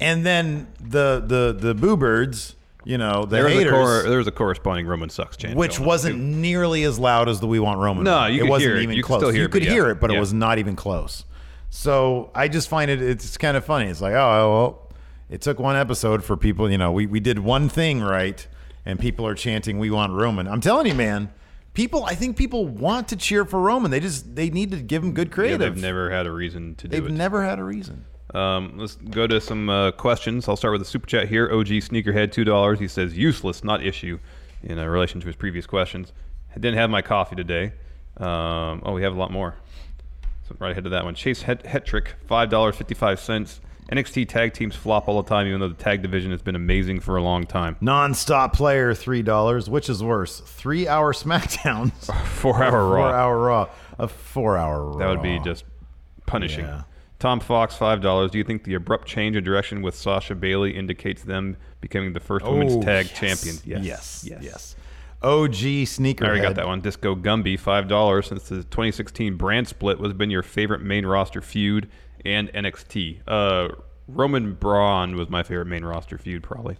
Speaker 6: and then the the the boo birds you know, the
Speaker 7: There was, a
Speaker 6: haters,
Speaker 7: cor- there was a corresponding Roman sucks chant,
Speaker 6: which
Speaker 7: going on,
Speaker 6: wasn't
Speaker 7: too.
Speaker 6: nearly as loud as the "We Want Roman."
Speaker 7: No,
Speaker 6: one.
Speaker 7: you
Speaker 6: it
Speaker 7: could
Speaker 6: wasn't
Speaker 7: hear it.
Speaker 6: even
Speaker 7: You could
Speaker 6: close.
Speaker 7: still hear
Speaker 6: you
Speaker 7: it,
Speaker 6: could
Speaker 7: but yeah.
Speaker 6: hear it, but it
Speaker 7: Yeah.
Speaker 6: was not even close. So I just find it it's kind of funny. It's like, oh well, it took one episode for people. You know, we we did one thing right, and people are chanting "We Want Roman." I'm telling you, man. People, I think people want to cheer for Roman. They just they need to give him good
Speaker 7: Yeah,
Speaker 6: creative.
Speaker 7: they've never had a reason to do
Speaker 6: They've
Speaker 7: it.
Speaker 6: never had a reason.
Speaker 7: Um, let's go to some uh, questions. I'll start with a super chat here. OG Sneakerhead, two dollars. He says useless, not issue, in uh, relation to his previous questions. I didn't have my coffee today. Um, oh, we have a lot more. So right ahead to that one. Chase Het- Hetrick, five dollars fifty five cents. NXT tag teams flop all the time, even though the tag division has been amazing for a long time.
Speaker 6: Non-stop player three dollars. Which is worse, three-hour *laughs* SmackDowns,
Speaker 7: Four hour
Speaker 6: four
Speaker 7: Raw.
Speaker 6: hour Raw, a four-hour Raw.
Speaker 7: That would be just punishing.
Speaker 6: Yeah.
Speaker 7: Tom Fox, five dollars. Do you think the abrupt change in direction with Sasha Bailey indicates them becoming the first women's tag champions?
Speaker 6: Oh, Yes. Yes. Yes. OG sneaker.
Speaker 7: I already got that one. Disco Gumby, five dollars. Since the 2016 brand split, what's been your favorite main roster feud and NXT? Uh, Roman Braun was my favorite main roster feud, probably.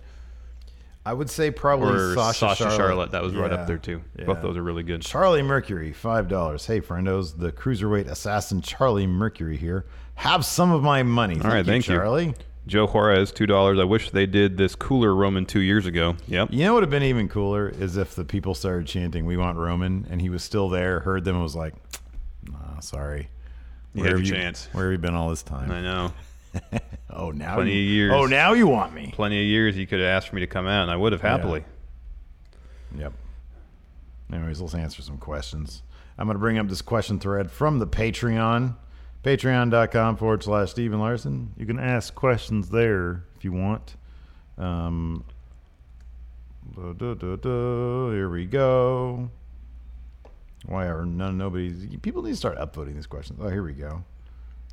Speaker 6: I would say probably
Speaker 7: Or
Speaker 6: Sasha, Charlotte.
Speaker 7: That was right
Speaker 6: Yeah.
Speaker 7: up there too. Both those are really good.
Speaker 6: Charlie Mercury, five dollars. Hey, friendos, the cruiserweight assassin Charlie Mercury here. Have some of my money.
Speaker 7: All right, thank you.
Speaker 6: Charlie.
Speaker 7: Joe Juarez, two dollars. I wish they did this cooler Roman two years ago. Yep.
Speaker 6: You know what would have been even cooler is if the people started chanting, "We want Roman," and he was still there, heard them, and was like, "Nah, sorry."
Speaker 7: You had
Speaker 6: have
Speaker 7: your chance.
Speaker 6: Where have you been all this time?
Speaker 7: I know.
Speaker 6: Oh, now
Speaker 7: Plenty
Speaker 6: you,
Speaker 7: of years.
Speaker 6: Oh, now you want me?
Speaker 7: Plenty of years you could have asked for me to come out, and I would have happily.
Speaker 6: Yep. Anyways, let's answer some questions. I'm going to bring up this question thread from the Patreon, patreon.com forward slash Stephen Larson. You can ask questions there if you want. Um, duh, duh, duh, duh, here we go. Why are none, nobody's, people need to start upvoting these questions. Oh, here we go.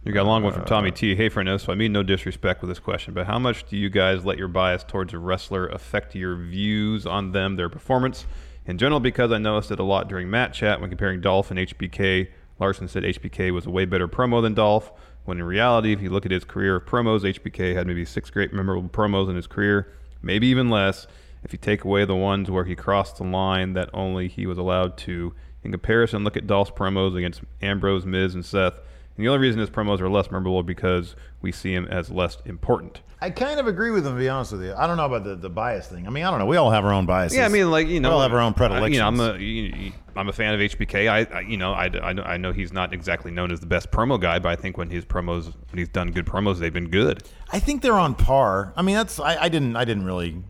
Speaker 7: You got a long one from Tommy T. Hey, friend, so I mean no disrespect with this question, but how much do you guys let your bias towards a wrestler affect your views on them, their performance in general? Because I noticed it a lot during Matt chat when comparing Dolph and HBK. Larson said HBK was a way better promo than Dolph, when in reality, if you look at his career of promos, HBK had maybe six great memorable promos in his career, maybe even less. If you take away the ones where he crossed the line that only he was allowed to, in comparison, look at Dolph's promos against Ambrose, Miz, and Seth. And the only reason his promos are less memorable is because we see him as less important.
Speaker 6: I kind of agree with him, to be honest with you. I don't know about the, the bias thing. I mean, I don't know. We all have our own biases.
Speaker 7: Yeah, I mean, like you know,
Speaker 6: we all have our own
Speaker 7: I,
Speaker 6: predilections.
Speaker 7: you know, I'm a you- you- I'm a fan of HBK. I, I you know, I, I, know- I know he's not exactly known as the best promo guy, but I think when his promos, when he's done good promos, they've been good.
Speaker 6: I think they're on par. I mean, that's I, I didn't I didn't really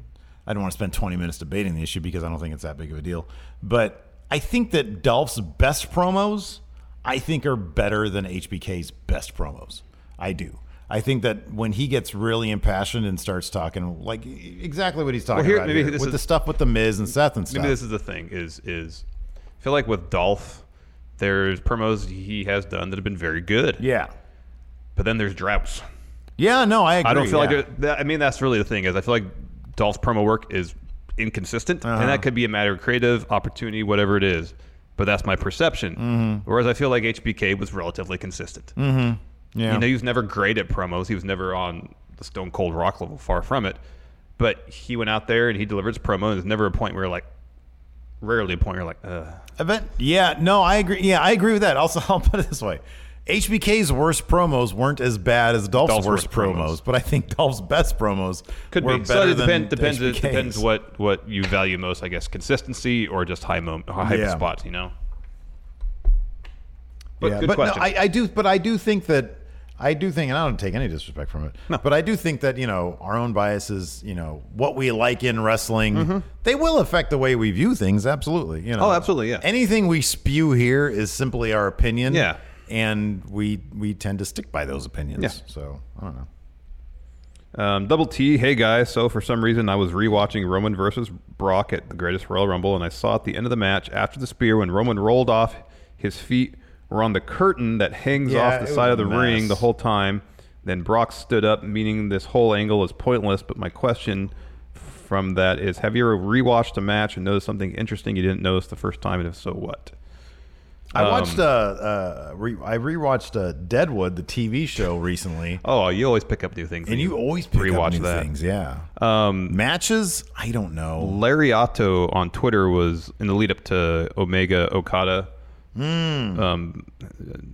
Speaker 6: I didn't want to spend 20 minutes debating the issue because I don't think it's that big of a deal. But I think that Dolph's best promos I think are better than HBK's best promos. I do. I think that when he gets really impassioned and starts talking like e, exactly what he's talking
Speaker 7: here-
Speaker 6: about
Speaker 7: maybe
Speaker 6: here,
Speaker 7: this
Speaker 6: with the
Speaker 7: is-
Speaker 6: stuff with the Miz and Seth and stuff.
Speaker 7: Maybe this is the thing is is I feel like with Dolph, there's promos he has done that have been very good.
Speaker 6: yeah.
Speaker 7: But then there's droughts.
Speaker 6: Yeah, no, I agree.
Speaker 7: I don't feel like
Speaker 6: yeah.
Speaker 7: there- that, I mean that's really the thing is I feel like Dolph's promo work is inconsistent,
Speaker 6: Uh-huh.
Speaker 7: and that could be a matter of creative opportunity, whatever it is. But that's my perception.
Speaker 6: Mm-hmm.
Speaker 7: Whereas I feel like HBK was relatively consistent.
Speaker 6: Mm-hmm. yeah.
Speaker 7: You know, he was never great at promos. He was never on the Stone Cold Rock level, far from it. But he went out there and he delivered his promo. And there's never a point where you're like, rarely a point where you're like, uh.
Speaker 6: Event? Yeah, no, I agree. Yeah, I agree with that. Also, *laughs* I'll put it this way: HBK's worst promos weren't as bad as Dolph's,
Speaker 7: Dolph's
Speaker 6: worst
Speaker 7: worst promos.
Speaker 6: promos, but I think Dolph's best promos
Speaker 7: Could
Speaker 6: were
Speaker 7: be. So
Speaker 6: better
Speaker 7: it
Speaker 6: than
Speaker 7: depend, depends. It
Speaker 6: HBK's.
Speaker 7: depends what what you value most, I guess, consistency or just high moment, hype
Speaker 6: Yeah.
Speaker 7: spots. You know. But
Speaker 6: Yeah,
Speaker 7: good
Speaker 6: but
Speaker 7: question.
Speaker 6: no, I, I do, but I do think that I do think, and I don't take any disrespect from it, but I do think that you know our own biases, you know what we like in wrestling, they will affect the way we view things. Absolutely, you know.
Speaker 7: Mm-hmm. Oh, absolutely, yeah.
Speaker 6: Anything we spew here is simply our opinion.
Speaker 7: Yeah.
Speaker 6: And we we tend to stick by those opinions.
Speaker 7: Yeah.
Speaker 6: So I don't know.
Speaker 7: Um, Double T, hey guys. So for some reason, I was rewatching Roman versus Brock at the Greatest Royal Rumble, and I saw at the end of the match after the spear when Roman rolled off, his feet were on the curtain that hangs
Speaker 6: Yeah,
Speaker 7: off
Speaker 6: it
Speaker 7: the
Speaker 6: was
Speaker 7: side of
Speaker 6: a
Speaker 7: the ring
Speaker 6: mess.
Speaker 7: the whole time. Then Brock stood up, meaning this whole angle is pointless. But my question from that is, have you ever rewatched a match and noticed something interesting you didn't notice the first time, and if so, what?
Speaker 6: I watched uh, uh re- I rewatched uh, Deadwood, the TV show recently,
Speaker 7: Oh, you always pick up new things.
Speaker 6: and
Speaker 7: that
Speaker 6: you always pick
Speaker 7: rewatch
Speaker 6: up new
Speaker 7: that.
Speaker 6: things. Yeah,
Speaker 7: Um,
Speaker 6: matches. I don't know.
Speaker 7: Larry Otto on Twitter was in the lead up to Omega Okada.
Speaker 6: Hmm.
Speaker 7: Um,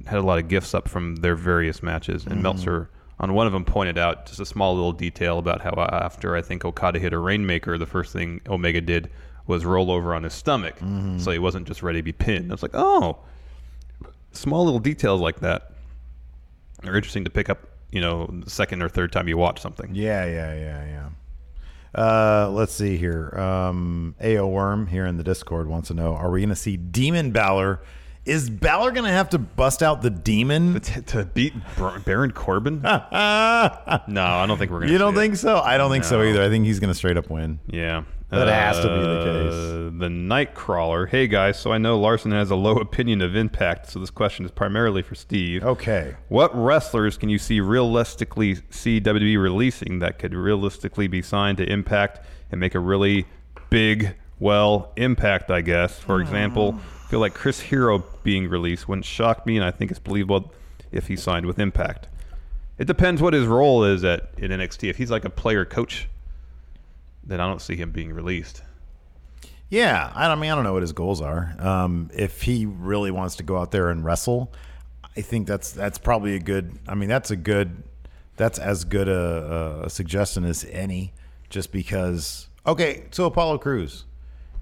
Speaker 7: had a lot of gifts up from their various matches,
Speaker 6: Hmm.
Speaker 7: and Meltzer on one of them pointed out just a small little detail about how uh, after I think Okada hit a rainmaker, the first thing Omega did was roll over on his stomach,
Speaker 6: Hmm.
Speaker 7: so he wasn't just ready to be pinned. I was like, oh, small little details like that are interesting to pick up. You know, the second or third time you watch something.
Speaker 6: Yeah, yeah, yeah, yeah. Uh, let's see here. Um, Ao Worm here in the Discord wants to know: Are we going to see Demon Balor? Is Balor going to have to bust out the demon? *laughs*
Speaker 7: To, to beat Bar- Baron Corbin?
Speaker 6: Ah,
Speaker 7: No, I don't think we're gonna.
Speaker 6: you don't
Speaker 7: see it.
Speaker 6: think so? I don't think so either. I think he's going to straight up win.
Speaker 7: Yeah, Uh,
Speaker 6: That has to be the case.
Speaker 7: The Nightcrawler. Hey guys, so I know Larson has a low *laughs* opinion of Impact, so this question is primarily for Steve.
Speaker 6: Okay.
Speaker 7: What wrestlers can you see realistically see WWE releasing that could realistically be signed to Impact and make a really big, well, impact? I guess. For example, I feel like Chris Hero being released wouldn't shock me, and I think it's believable if he signed with Impact. It depends what his role is at in NXT. If he's like a player coach, then I don't see him being released.
Speaker 6: Yeah, I don't I mean I don't know what his goals are. Um, if he really wants to go out there and wrestle, I think that's that's probably a good. I mean that's a good. That's as good a, a suggestion as any. Just because. Okay, so Apollo Cruz,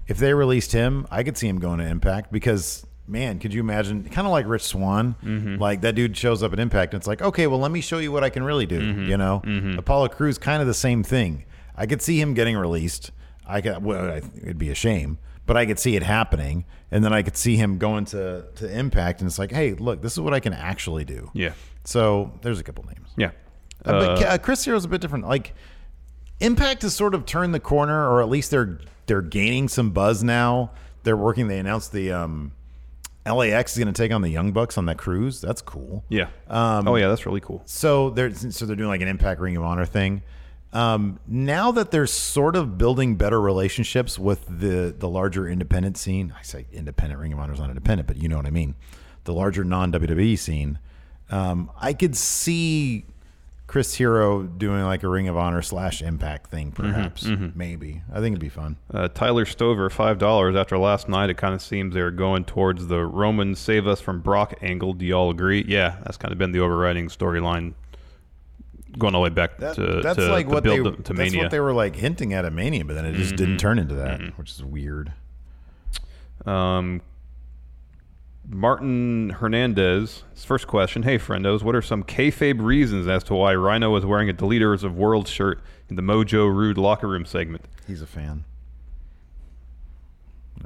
Speaker 6: if they released him, I could see him going to Impact because man, could you imagine? Kind of like Rich Swan, like that dude shows up at Impact and it's like, okay, well let me show you what I can really do. You know, Apollo Cruz kind of the same thing. I could see him getting released. I could well, I, it'd be a shame, but I could see it happening, and then I could see him going to to Impact, and it's like, hey, look, this is what I can actually do.
Speaker 7: Yeah.
Speaker 6: So there's a couple names.
Speaker 7: Yeah.
Speaker 6: Uh, but uh, Chris Hero's a bit different. Like Impact has sort of turned the corner, or at least they're they're gaining some buzz now. They're working. They announced the um, LAX is going to take on the Young Bucks on that cruise. That's cool.
Speaker 7: Yeah. oh yeah, that's really cool.
Speaker 6: So they're so they're doing like an Impact Ring of Honor thing. Um, now that they're sort of building better relationships with the the larger independent scene, I say independent Ring of Honor is not independent, but you know what I mean. The larger non WWE scene, um, I could see Chris Hero doing like a Ring of Honor slash Impact thing,
Speaker 7: Mm-hmm,
Speaker 6: perhaps, maybe. I think it'd be fun.
Speaker 7: Uh, Tyler Stover, five dollars after last night. It kind of seems they're going towards the Roman save us from Brock angle. Do y'all agree? Yeah, that's kind of been the overriding storyline, going all the way back
Speaker 6: That-
Speaker 7: to
Speaker 6: that's
Speaker 7: to-
Speaker 6: like
Speaker 7: to
Speaker 6: what they
Speaker 7: build up to
Speaker 6: that's
Speaker 7: Mania. Mm-hmm.
Speaker 6: what they were like hinting at at Mania, but then it just didn't turn into that, which is weird.
Speaker 7: Um, Martin Hernandez, his first question. Hey, friendos, what are some kayfabe reasons as to why Rhino is wearing a Deleters of World shirt in the Mojo Rude locker room segment?
Speaker 6: He's a fan.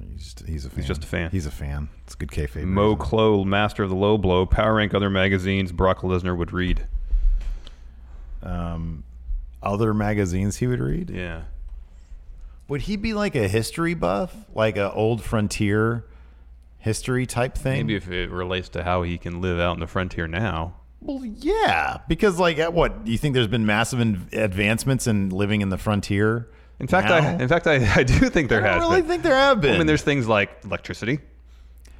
Speaker 6: He's just, he's a fan.
Speaker 7: just a fan.
Speaker 6: He's a fan. It's a good kayfabe.
Speaker 7: Mo
Speaker 6: reason.
Speaker 7: Clo, master of the low blow, power rank other magazines Brock Lesnar would read.
Speaker 6: Other magazines he would read.
Speaker 7: Yeah.
Speaker 6: Would he be like a history buff, like a old frontier history type thing?
Speaker 7: Maybe if it relates to how he can live out in the frontier now.
Speaker 6: Well, yeah, because like at what do you think? There's been massive in- advancements in living in the frontier.
Speaker 7: In fact,
Speaker 6: now?
Speaker 7: I in fact I, I do think there
Speaker 6: I
Speaker 7: has
Speaker 6: don't really
Speaker 7: been.
Speaker 6: think there have been.
Speaker 7: I mean, there's things like electricity.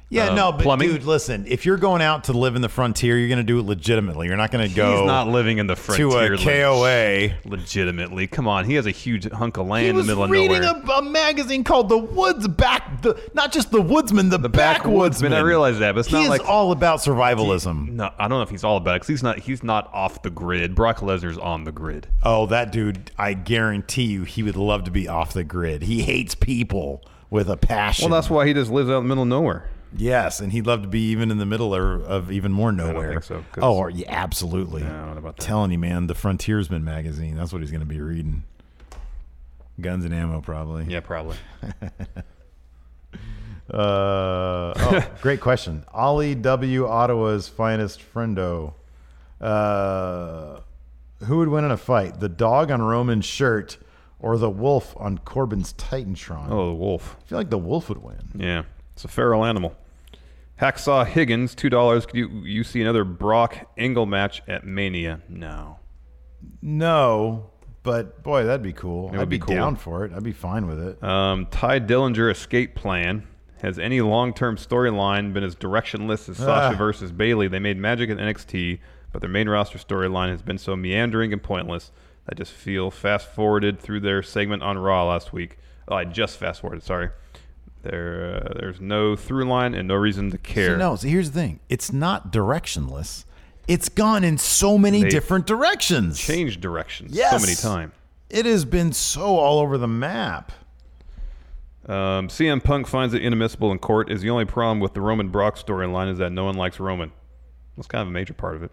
Speaker 6: yeah,
Speaker 7: um,
Speaker 6: no, but
Speaker 7: plumbing.
Speaker 6: dude, listen, if you're going out to live in the frontier, you're going to do it legitimately. You're not going to go
Speaker 7: He's not living in the frontier.
Speaker 6: Oh, to a
Speaker 7: leg-
Speaker 6: KOA.
Speaker 7: Legitimately, come on, he has a huge hunk of land
Speaker 6: He
Speaker 7: in the
Speaker 6: was
Speaker 7: middle of
Speaker 6: reading
Speaker 7: nowhere.
Speaker 6: A, a magazine called The Woods Back, the, not just The Woodsman, The, Backwoodsman.
Speaker 7: Backwoodsman, I realize that, but it's
Speaker 6: he
Speaker 7: not
Speaker 6: is
Speaker 7: like-
Speaker 6: all about survivalism.
Speaker 7: no, I don't know if he's all about it 'cause he's not. He's not off the grid. Brock Lesnar's on the grid.
Speaker 6: oh, that dude! I guarantee you, he would love to be off the grid. He hates people with a passion.
Speaker 7: why he just lives out in the middle of nowhere.
Speaker 6: yes, and he'd love to be even in the middle of, of even more nowhere.
Speaker 7: think so, 'cause-
Speaker 6: oh, or- yeah, absolutely.
Speaker 7: I don't know about that.
Speaker 6: Telling you, man, the Frontiersman magazine. That's what he's going to be reading. Guns and ammo, probably.
Speaker 7: Yeah, probably.
Speaker 6: Uh, *laughs* oh, great question. Ollie W. Ottawa's finest friendo. Uh, who would win in a fight? The dog on Roman's shirt or the wolf on Corbin's Titantron?
Speaker 7: Oh, the wolf.
Speaker 6: I feel like the wolf would win.
Speaker 7: Yeah, it's a feral animal. Hacksaw Higgins, two dollars. Could you you see another Brock Engel match at Mania? No.
Speaker 6: No, but boy, that'd be cool. I'd
Speaker 7: would
Speaker 6: be,
Speaker 7: be cool.
Speaker 6: down for it. I'd be fine with it.
Speaker 7: Um, Ty Dillinger escape plan. Has any long-term storyline been as directionless
Speaker 6: Ah.
Speaker 7: as Sasha versus Bailey? They made magic in NXT, but their main roster storyline has been so meandering and pointless. I just feel fast-forwarded through their segment on Raw last week. Oh, I just fast-forwarded. Sorry. There, uh, there's no through line and no reason to care.
Speaker 6: So no, so here's the thing. It's not directionless. It's gone in so many
Speaker 7: They
Speaker 6: different directions.
Speaker 7: Change directions so
Speaker 6: Yes.
Speaker 7: many times.
Speaker 6: It has been so all over the map.
Speaker 7: Um, CM Punk finds it inadmissible in court. Is the only problem with the Roman Brock storyline is that no one likes Roman. That's kind of a major part of it.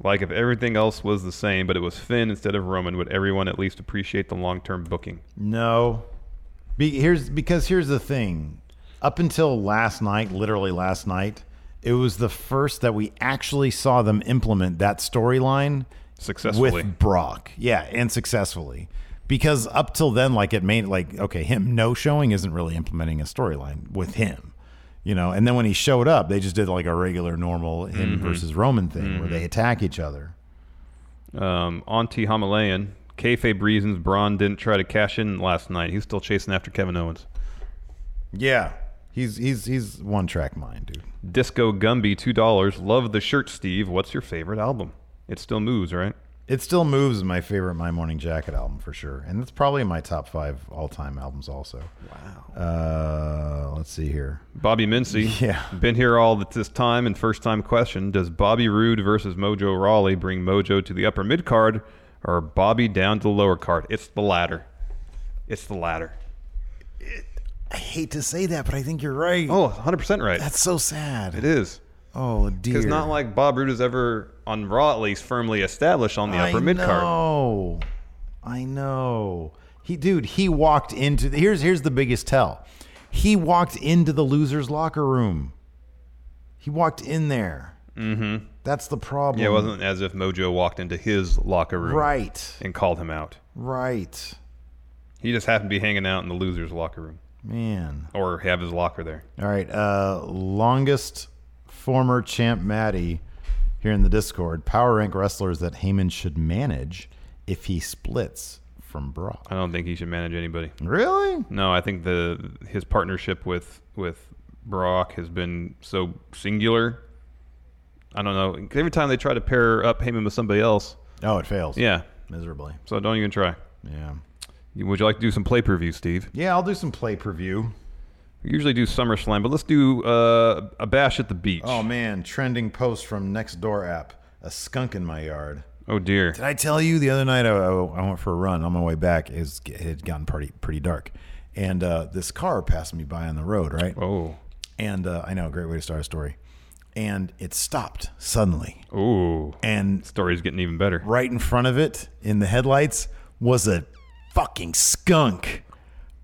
Speaker 7: Like if everything else was the same, but it was Finn instead of Roman, would everyone at least appreciate the long-term booking?
Speaker 6: No. Be, here's because here's the thing. Up until last night, literally last night, it was the first that we actually saw them implement that storyline
Speaker 7: Successfully.
Speaker 6: with Brock. Yeah, and successfully. Because up till then, like it made like okay, him no showing isn't really implementing a storyline with him. You know, and then when he showed up, they just did like a regular normal him versus Roman thing where they attack each other.
Speaker 7: Um, Auntie Himalayan, kayfabe reasons Braun didn't try to cash in last night. He's still chasing after Kevin Owens.
Speaker 6: Yeah. He's he's he's one track mind, dude.
Speaker 7: Disco Gumby, two dollars. Love the shirt, Steve. What's your favorite album? It still moves, right?
Speaker 6: It still moves is my favorite My Morning Jacket album for sure, and it's probably my top five all time albums also. Wow. Uh, let's see here.
Speaker 7: Bobby Mincy.
Speaker 6: *laughs* Yeah.
Speaker 7: Been here all th- this time and first time question. Does Bobby Roode versus Mojo Rawley bring Mojo to the upper mid card or Bobby down to the lower card? It's the latter. It's the latter.
Speaker 6: I hate to say that, but I think you're right.
Speaker 7: Oh, 100% right.
Speaker 6: that's so sad.
Speaker 7: it is.
Speaker 6: Oh dear.
Speaker 7: Because not like Bob Roode is ever, on Raw at least, firmly established on the upper mid card.
Speaker 6: Oh, I know. He, dude, he walked into. Here's here's the biggest tell. He walked into the losers' locker room. He walked in there. Mm-hmm. That's the problem.
Speaker 7: Yeah, it wasn't as if Mojo walked into his locker room
Speaker 6: right.
Speaker 7: and called him out.
Speaker 6: Right,
Speaker 7: He just happened to be hanging out in the loser's locker room
Speaker 6: man.
Speaker 7: or have his locker there.
Speaker 6: All right. Uh, longest former champ Maddie here in the Discord. Power rank wrestlers that Heyman should manage if he splits from Brock.
Speaker 7: I don't think he should manage anybody.
Speaker 6: Really?
Speaker 7: No, I think the his partnership with with Brock has been so singular. I don't know. Every time they try to pair up Heyman with somebody else,
Speaker 6: Oh, it fails.
Speaker 7: yeah.
Speaker 6: Miserably.
Speaker 7: So don't even try.
Speaker 6: Yeah.
Speaker 7: You- Would you like to do some play per view, Steve?
Speaker 6: Yeah, I'll do some play preview.
Speaker 7: We usually do SummerSlam, but let's do uh, a bash at the beach.
Speaker 6: Oh man, trending post from Next Door app. A skunk in my yard.
Speaker 7: Oh, dear.
Speaker 6: Did I tell you the other night I, I went for a run on my way back? It, was, it had gotten pretty pretty dark, and uh, this car passed me by on the road. Right.
Speaker 7: Oh.
Speaker 6: And uh, I know, great way to start a story. And it stopped suddenly.
Speaker 7: Ooh.
Speaker 6: And
Speaker 7: Story's getting even better.
Speaker 6: right in front of it, in the headlights, was a fucking skunk.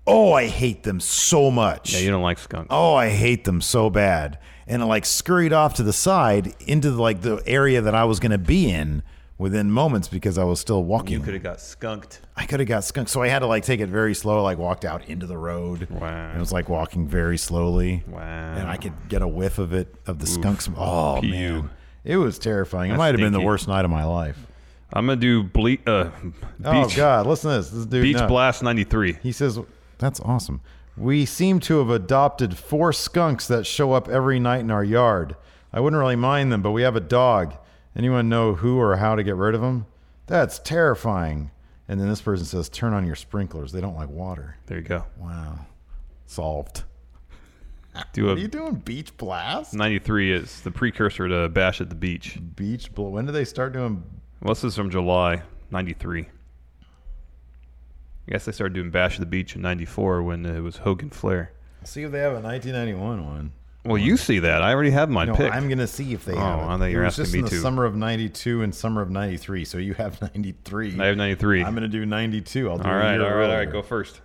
Speaker 6: Oh, I hate them so much.
Speaker 7: Yeah, you don't like skunk.
Speaker 6: oh, I hate them so bad. And it like scurried off to the side into like the area that I was going to be in within moments because I was still walking.
Speaker 7: Could have got skunked.
Speaker 6: I could have got skunked. So I had to like take it very slow, like walked out into the road.
Speaker 7: Wow.
Speaker 6: And it was like walking very slowly.
Speaker 7: Wow.
Speaker 6: And I could get a whiff of it, of the skunk smell. Oh,
Speaker 7: Pew.
Speaker 6: man. It was terrifying. It
Speaker 7: That's
Speaker 6: might have been the
Speaker 7: stinky.
Speaker 6: worst night of my life.
Speaker 7: I'm going to do ble- uh, Beach,
Speaker 6: Oh, God. Listen to this. This dude.
Speaker 7: beach
Speaker 6: no.
Speaker 7: Blast 93.
Speaker 6: He says, That's awesome. We seem to have adopted four skunks that show up every night in our yard. I wouldn't really mind them, but we have a dog. Anyone know who or how to get rid of them? That's terrifying. And then this person says, Turn on your sprinklers. They don't like water.
Speaker 7: There you go.
Speaker 6: Wow. Solved.
Speaker 7: Do a
Speaker 6: What are you doing? Beach blast?
Speaker 7: 93 is the precursor to Bash at the Beach.
Speaker 6: Beach blow. When did they start doing?
Speaker 7: Well, this is from July 93. I guess they started doing Bash at the Beach in 94 when it was Hogan Flair.
Speaker 6: See if they have a 1991 one.
Speaker 7: Well, you see that. I already have my
Speaker 6: No,
Speaker 7: pick.
Speaker 6: I'm gonna see if they.
Speaker 7: Oh,
Speaker 6: have it.
Speaker 7: I thought
Speaker 6: It
Speaker 7: you were
Speaker 6: was
Speaker 7: asking
Speaker 6: just
Speaker 7: me
Speaker 6: in the
Speaker 7: too.
Speaker 6: Summer of '92 and summer of '93. So you have *laughs* '93.
Speaker 7: I have 93.
Speaker 6: I'm gonna do '92. I'll do.
Speaker 7: all
Speaker 6: a
Speaker 7: right,
Speaker 6: year
Speaker 7: all right, all
Speaker 6: earlier.
Speaker 7: right. Go first.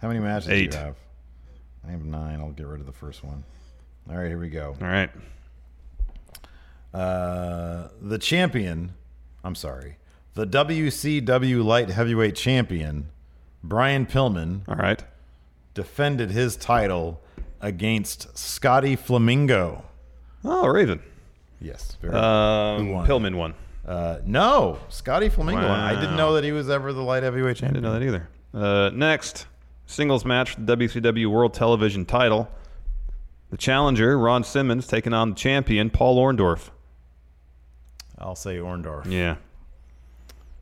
Speaker 6: How many matches
Speaker 7: Eight.
Speaker 6: do you have? I have nine. I'll get rid of the first one. All right, here we go.
Speaker 7: All right.
Speaker 6: Uh, the champion. I'm sorry. The WCW light heavyweight champion, Brian Pillman,
Speaker 7: All right.
Speaker 6: defended his title against Scotty Flamingo.
Speaker 7: Oh, Raven.
Speaker 6: Yes. Very
Speaker 7: Um,
Speaker 6: won?
Speaker 7: Pillman won.
Speaker 6: Uh, no, Scotty Flamingo. I didn't
Speaker 7: Wow.
Speaker 6: know that he was ever the light heavyweight
Speaker 7: I
Speaker 6: champion.
Speaker 7: didn't know that either. Uh, next, singles match for the WCW World Television title. The challenger, Ron Simmons, taking on the champion, Paul Orndorff.
Speaker 6: I'll say Orndorff.
Speaker 7: Yeah.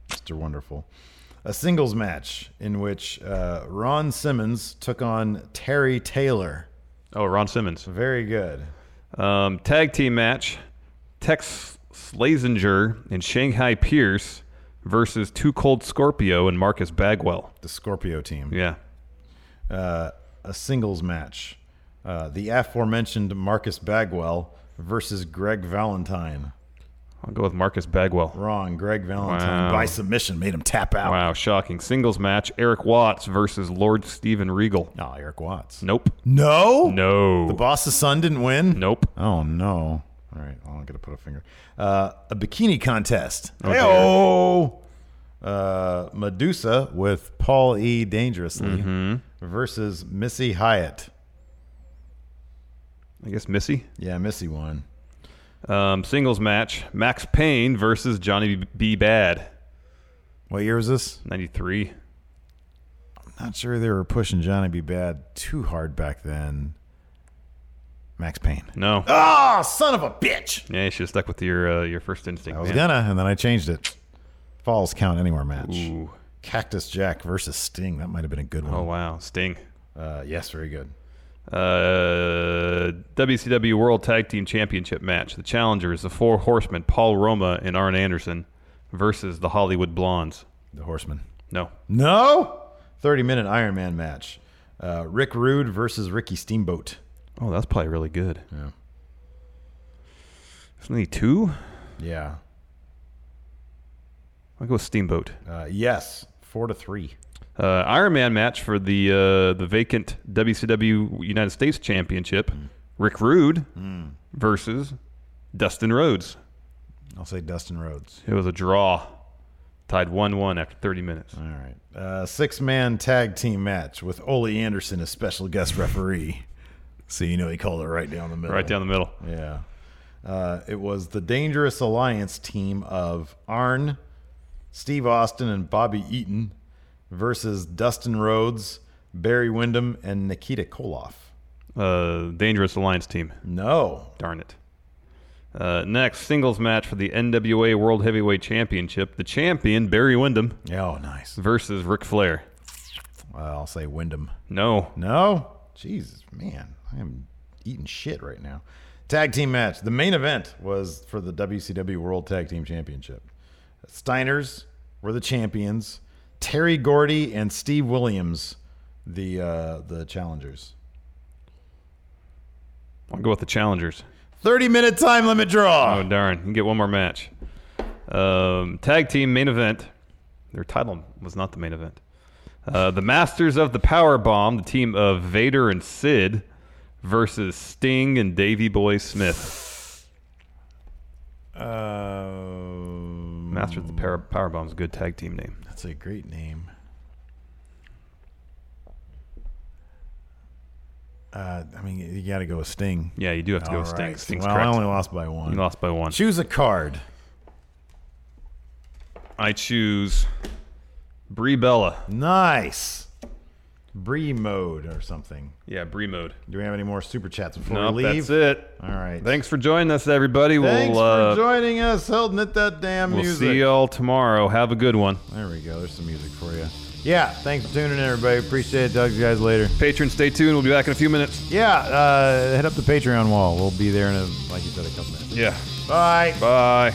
Speaker 6: Mr. Wonderful. A singles match in which uh, Ron Simmons took on Terry Taylor.
Speaker 7: Oh, Ron Simmons.
Speaker 6: Very good.
Speaker 7: Um, tag team match Tex Slazenger and Shanghai Pierce versus Too Cold Scorpio and Marcus Bagwell.
Speaker 6: The Scorpio team.
Speaker 7: Yeah.
Speaker 6: Uh, a singles match. Uh, the aforementioned Marcus Bagwell versus Greg Valentine.
Speaker 7: I'll go with Marcus Bagwell.
Speaker 6: Wrong. Greg Valentine
Speaker 7: Wow.
Speaker 6: by submission made him tap out.
Speaker 7: Wow, shocking. Singles match Eric Watts versus Lord Steven Regal.
Speaker 6: No, Eric Watts.
Speaker 7: Nope.
Speaker 6: No.
Speaker 7: No.
Speaker 6: The boss's son didn't win.
Speaker 7: nope.
Speaker 6: Oh no! All right, well, I'm gonna put a finger. Uh, a bikini contest.
Speaker 7: Oh,
Speaker 6: Oh, uh, Medusa with Paul E. Dangerously Mm-hmm. versus Missy Hyatt.
Speaker 7: I guess Missy.
Speaker 6: Yeah, Missy won.
Speaker 7: Um, singles match Max Payne versus Johnny B. Bad.
Speaker 6: What year was this?
Speaker 7: 93.
Speaker 6: Not sure they were pushing Johnny B. Bad too hard back then. Max Payne.
Speaker 7: No.
Speaker 6: Ah, son of a bitch!
Speaker 7: Yeah, you should have stuck with your uh, your first instinct.
Speaker 6: I was
Speaker 7: man.
Speaker 6: gonna, and then I changed it. Falls count anywhere match.
Speaker 7: Ooh.
Speaker 6: Cactus Jack versus Sting. That might have been a good one.
Speaker 7: Oh, wow. Sting.
Speaker 6: Uh, yes, very good.
Speaker 7: Uh, WCW World Tag Team Championship match. The challengers, the Four Horsemen, Paul Roma and Arn Anderson versus the Hollywood Blondes.
Speaker 6: The Horseman.
Speaker 7: No.
Speaker 6: No. Thirty minute Iron Man match. Uh, Rick Rude versus Ricky Steamboat.
Speaker 7: Oh, that's probably really good.
Speaker 6: Yeah.
Speaker 7: Isn't he two?
Speaker 6: Yeah.
Speaker 7: I'll go with Steamboat.
Speaker 6: Uh, yes. Four to three.
Speaker 7: Uh, Iron Man match for the uh, the vacant WCW United States Championship.
Speaker 6: Mm.
Speaker 7: Rick Rude versus Dustin Rhodes.
Speaker 6: I'll say Dustin Rhodes.
Speaker 7: It was a draw. Tied 1 1 after 30 minutes.
Speaker 6: All right. Uh, six man tag team match with Ole Anderson as special guest referee. so you know he called it right down the middle.
Speaker 7: Right down the middle.
Speaker 6: Yeah. Uh, it was the Dangerous Alliance team of Arn, Steve Austin, and Bobby Eaton versus Dustin Rhodes, Barry Windham, and Nikita Koloff.
Speaker 7: Uh, Dangerous Alliance team.
Speaker 6: No.
Speaker 7: Darn it. Uh, next, singles match for the NWA World Heavyweight Championship. The champion, Barry Windham,
Speaker 6: Oh, nice.
Speaker 7: versus Ric Flair.
Speaker 6: Well, I'll say Wyndham.
Speaker 7: No.
Speaker 6: No? Jesus, man. I am eating shit right now. Tag team match. The main event was for the WCW World Tag Team Championship. Steiners were the champions. Terry Gordy and Steve Williams, the uh, the challengers.
Speaker 7: I'll go with the challengers.
Speaker 6: 30 minute time limit draw.
Speaker 7: Oh darn! You can get one more match. Um, tag team main event. Their title was not the main event. Uh, the Masters of the Power Bomb, the team of Vader and Sid, versus Sting and Davey Boy Smith. Oh,
Speaker 6: Oh. Uh,
Speaker 7: Masters of the Power Power Bomb's a good tag team name.
Speaker 6: that's a great name. Uh, I mean, you got to go with Sting.
Speaker 7: Yeah, you do have to go
Speaker 6: All
Speaker 7: with Sting.
Speaker 6: right.
Speaker 7: Sting's
Speaker 6: well,
Speaker 7: correct.
Speaker 6: I only lost by one.
Speaker 7: you lost by one.
Speaker 6: Choose a card.
Speaker 7: I choose Brie Bella.
Speaker 6: Nice. Bree mode or something.
Speaker 7: Yeah, Brie mode.
Speaker 6: Do we have any more super chats before
Speaker 7: Nope,
Speaker 6: we leave?
Speaker 7: that's it.
Speaker 6: All right.
Speaker 7: Thanks for joining us, everybody.
Speaker 6: Thanks
Speaker 7: we'll uh,
Speaker 6: for joining us. Holding it that damn
Speaker 7: we'll
Speaker 6: music.
Speaker 7: see y'all tomorrow. Have a good one.
Speaker 6: There we go. There's some music for you. Yeah. Thanks for tuning in, everybody. Appreciate it. Talk to you guys later.
Speaker 7: Patrons, stay tuned. We'll be back in a few minutes.
Speaker 6: Yeah. Uh, head up the Patreon wall. We'll be there in, a, like you said, a couple minutes.
Speaker 7: Yeah.
Speaker 6: Bye.
Speaker 7: Bye.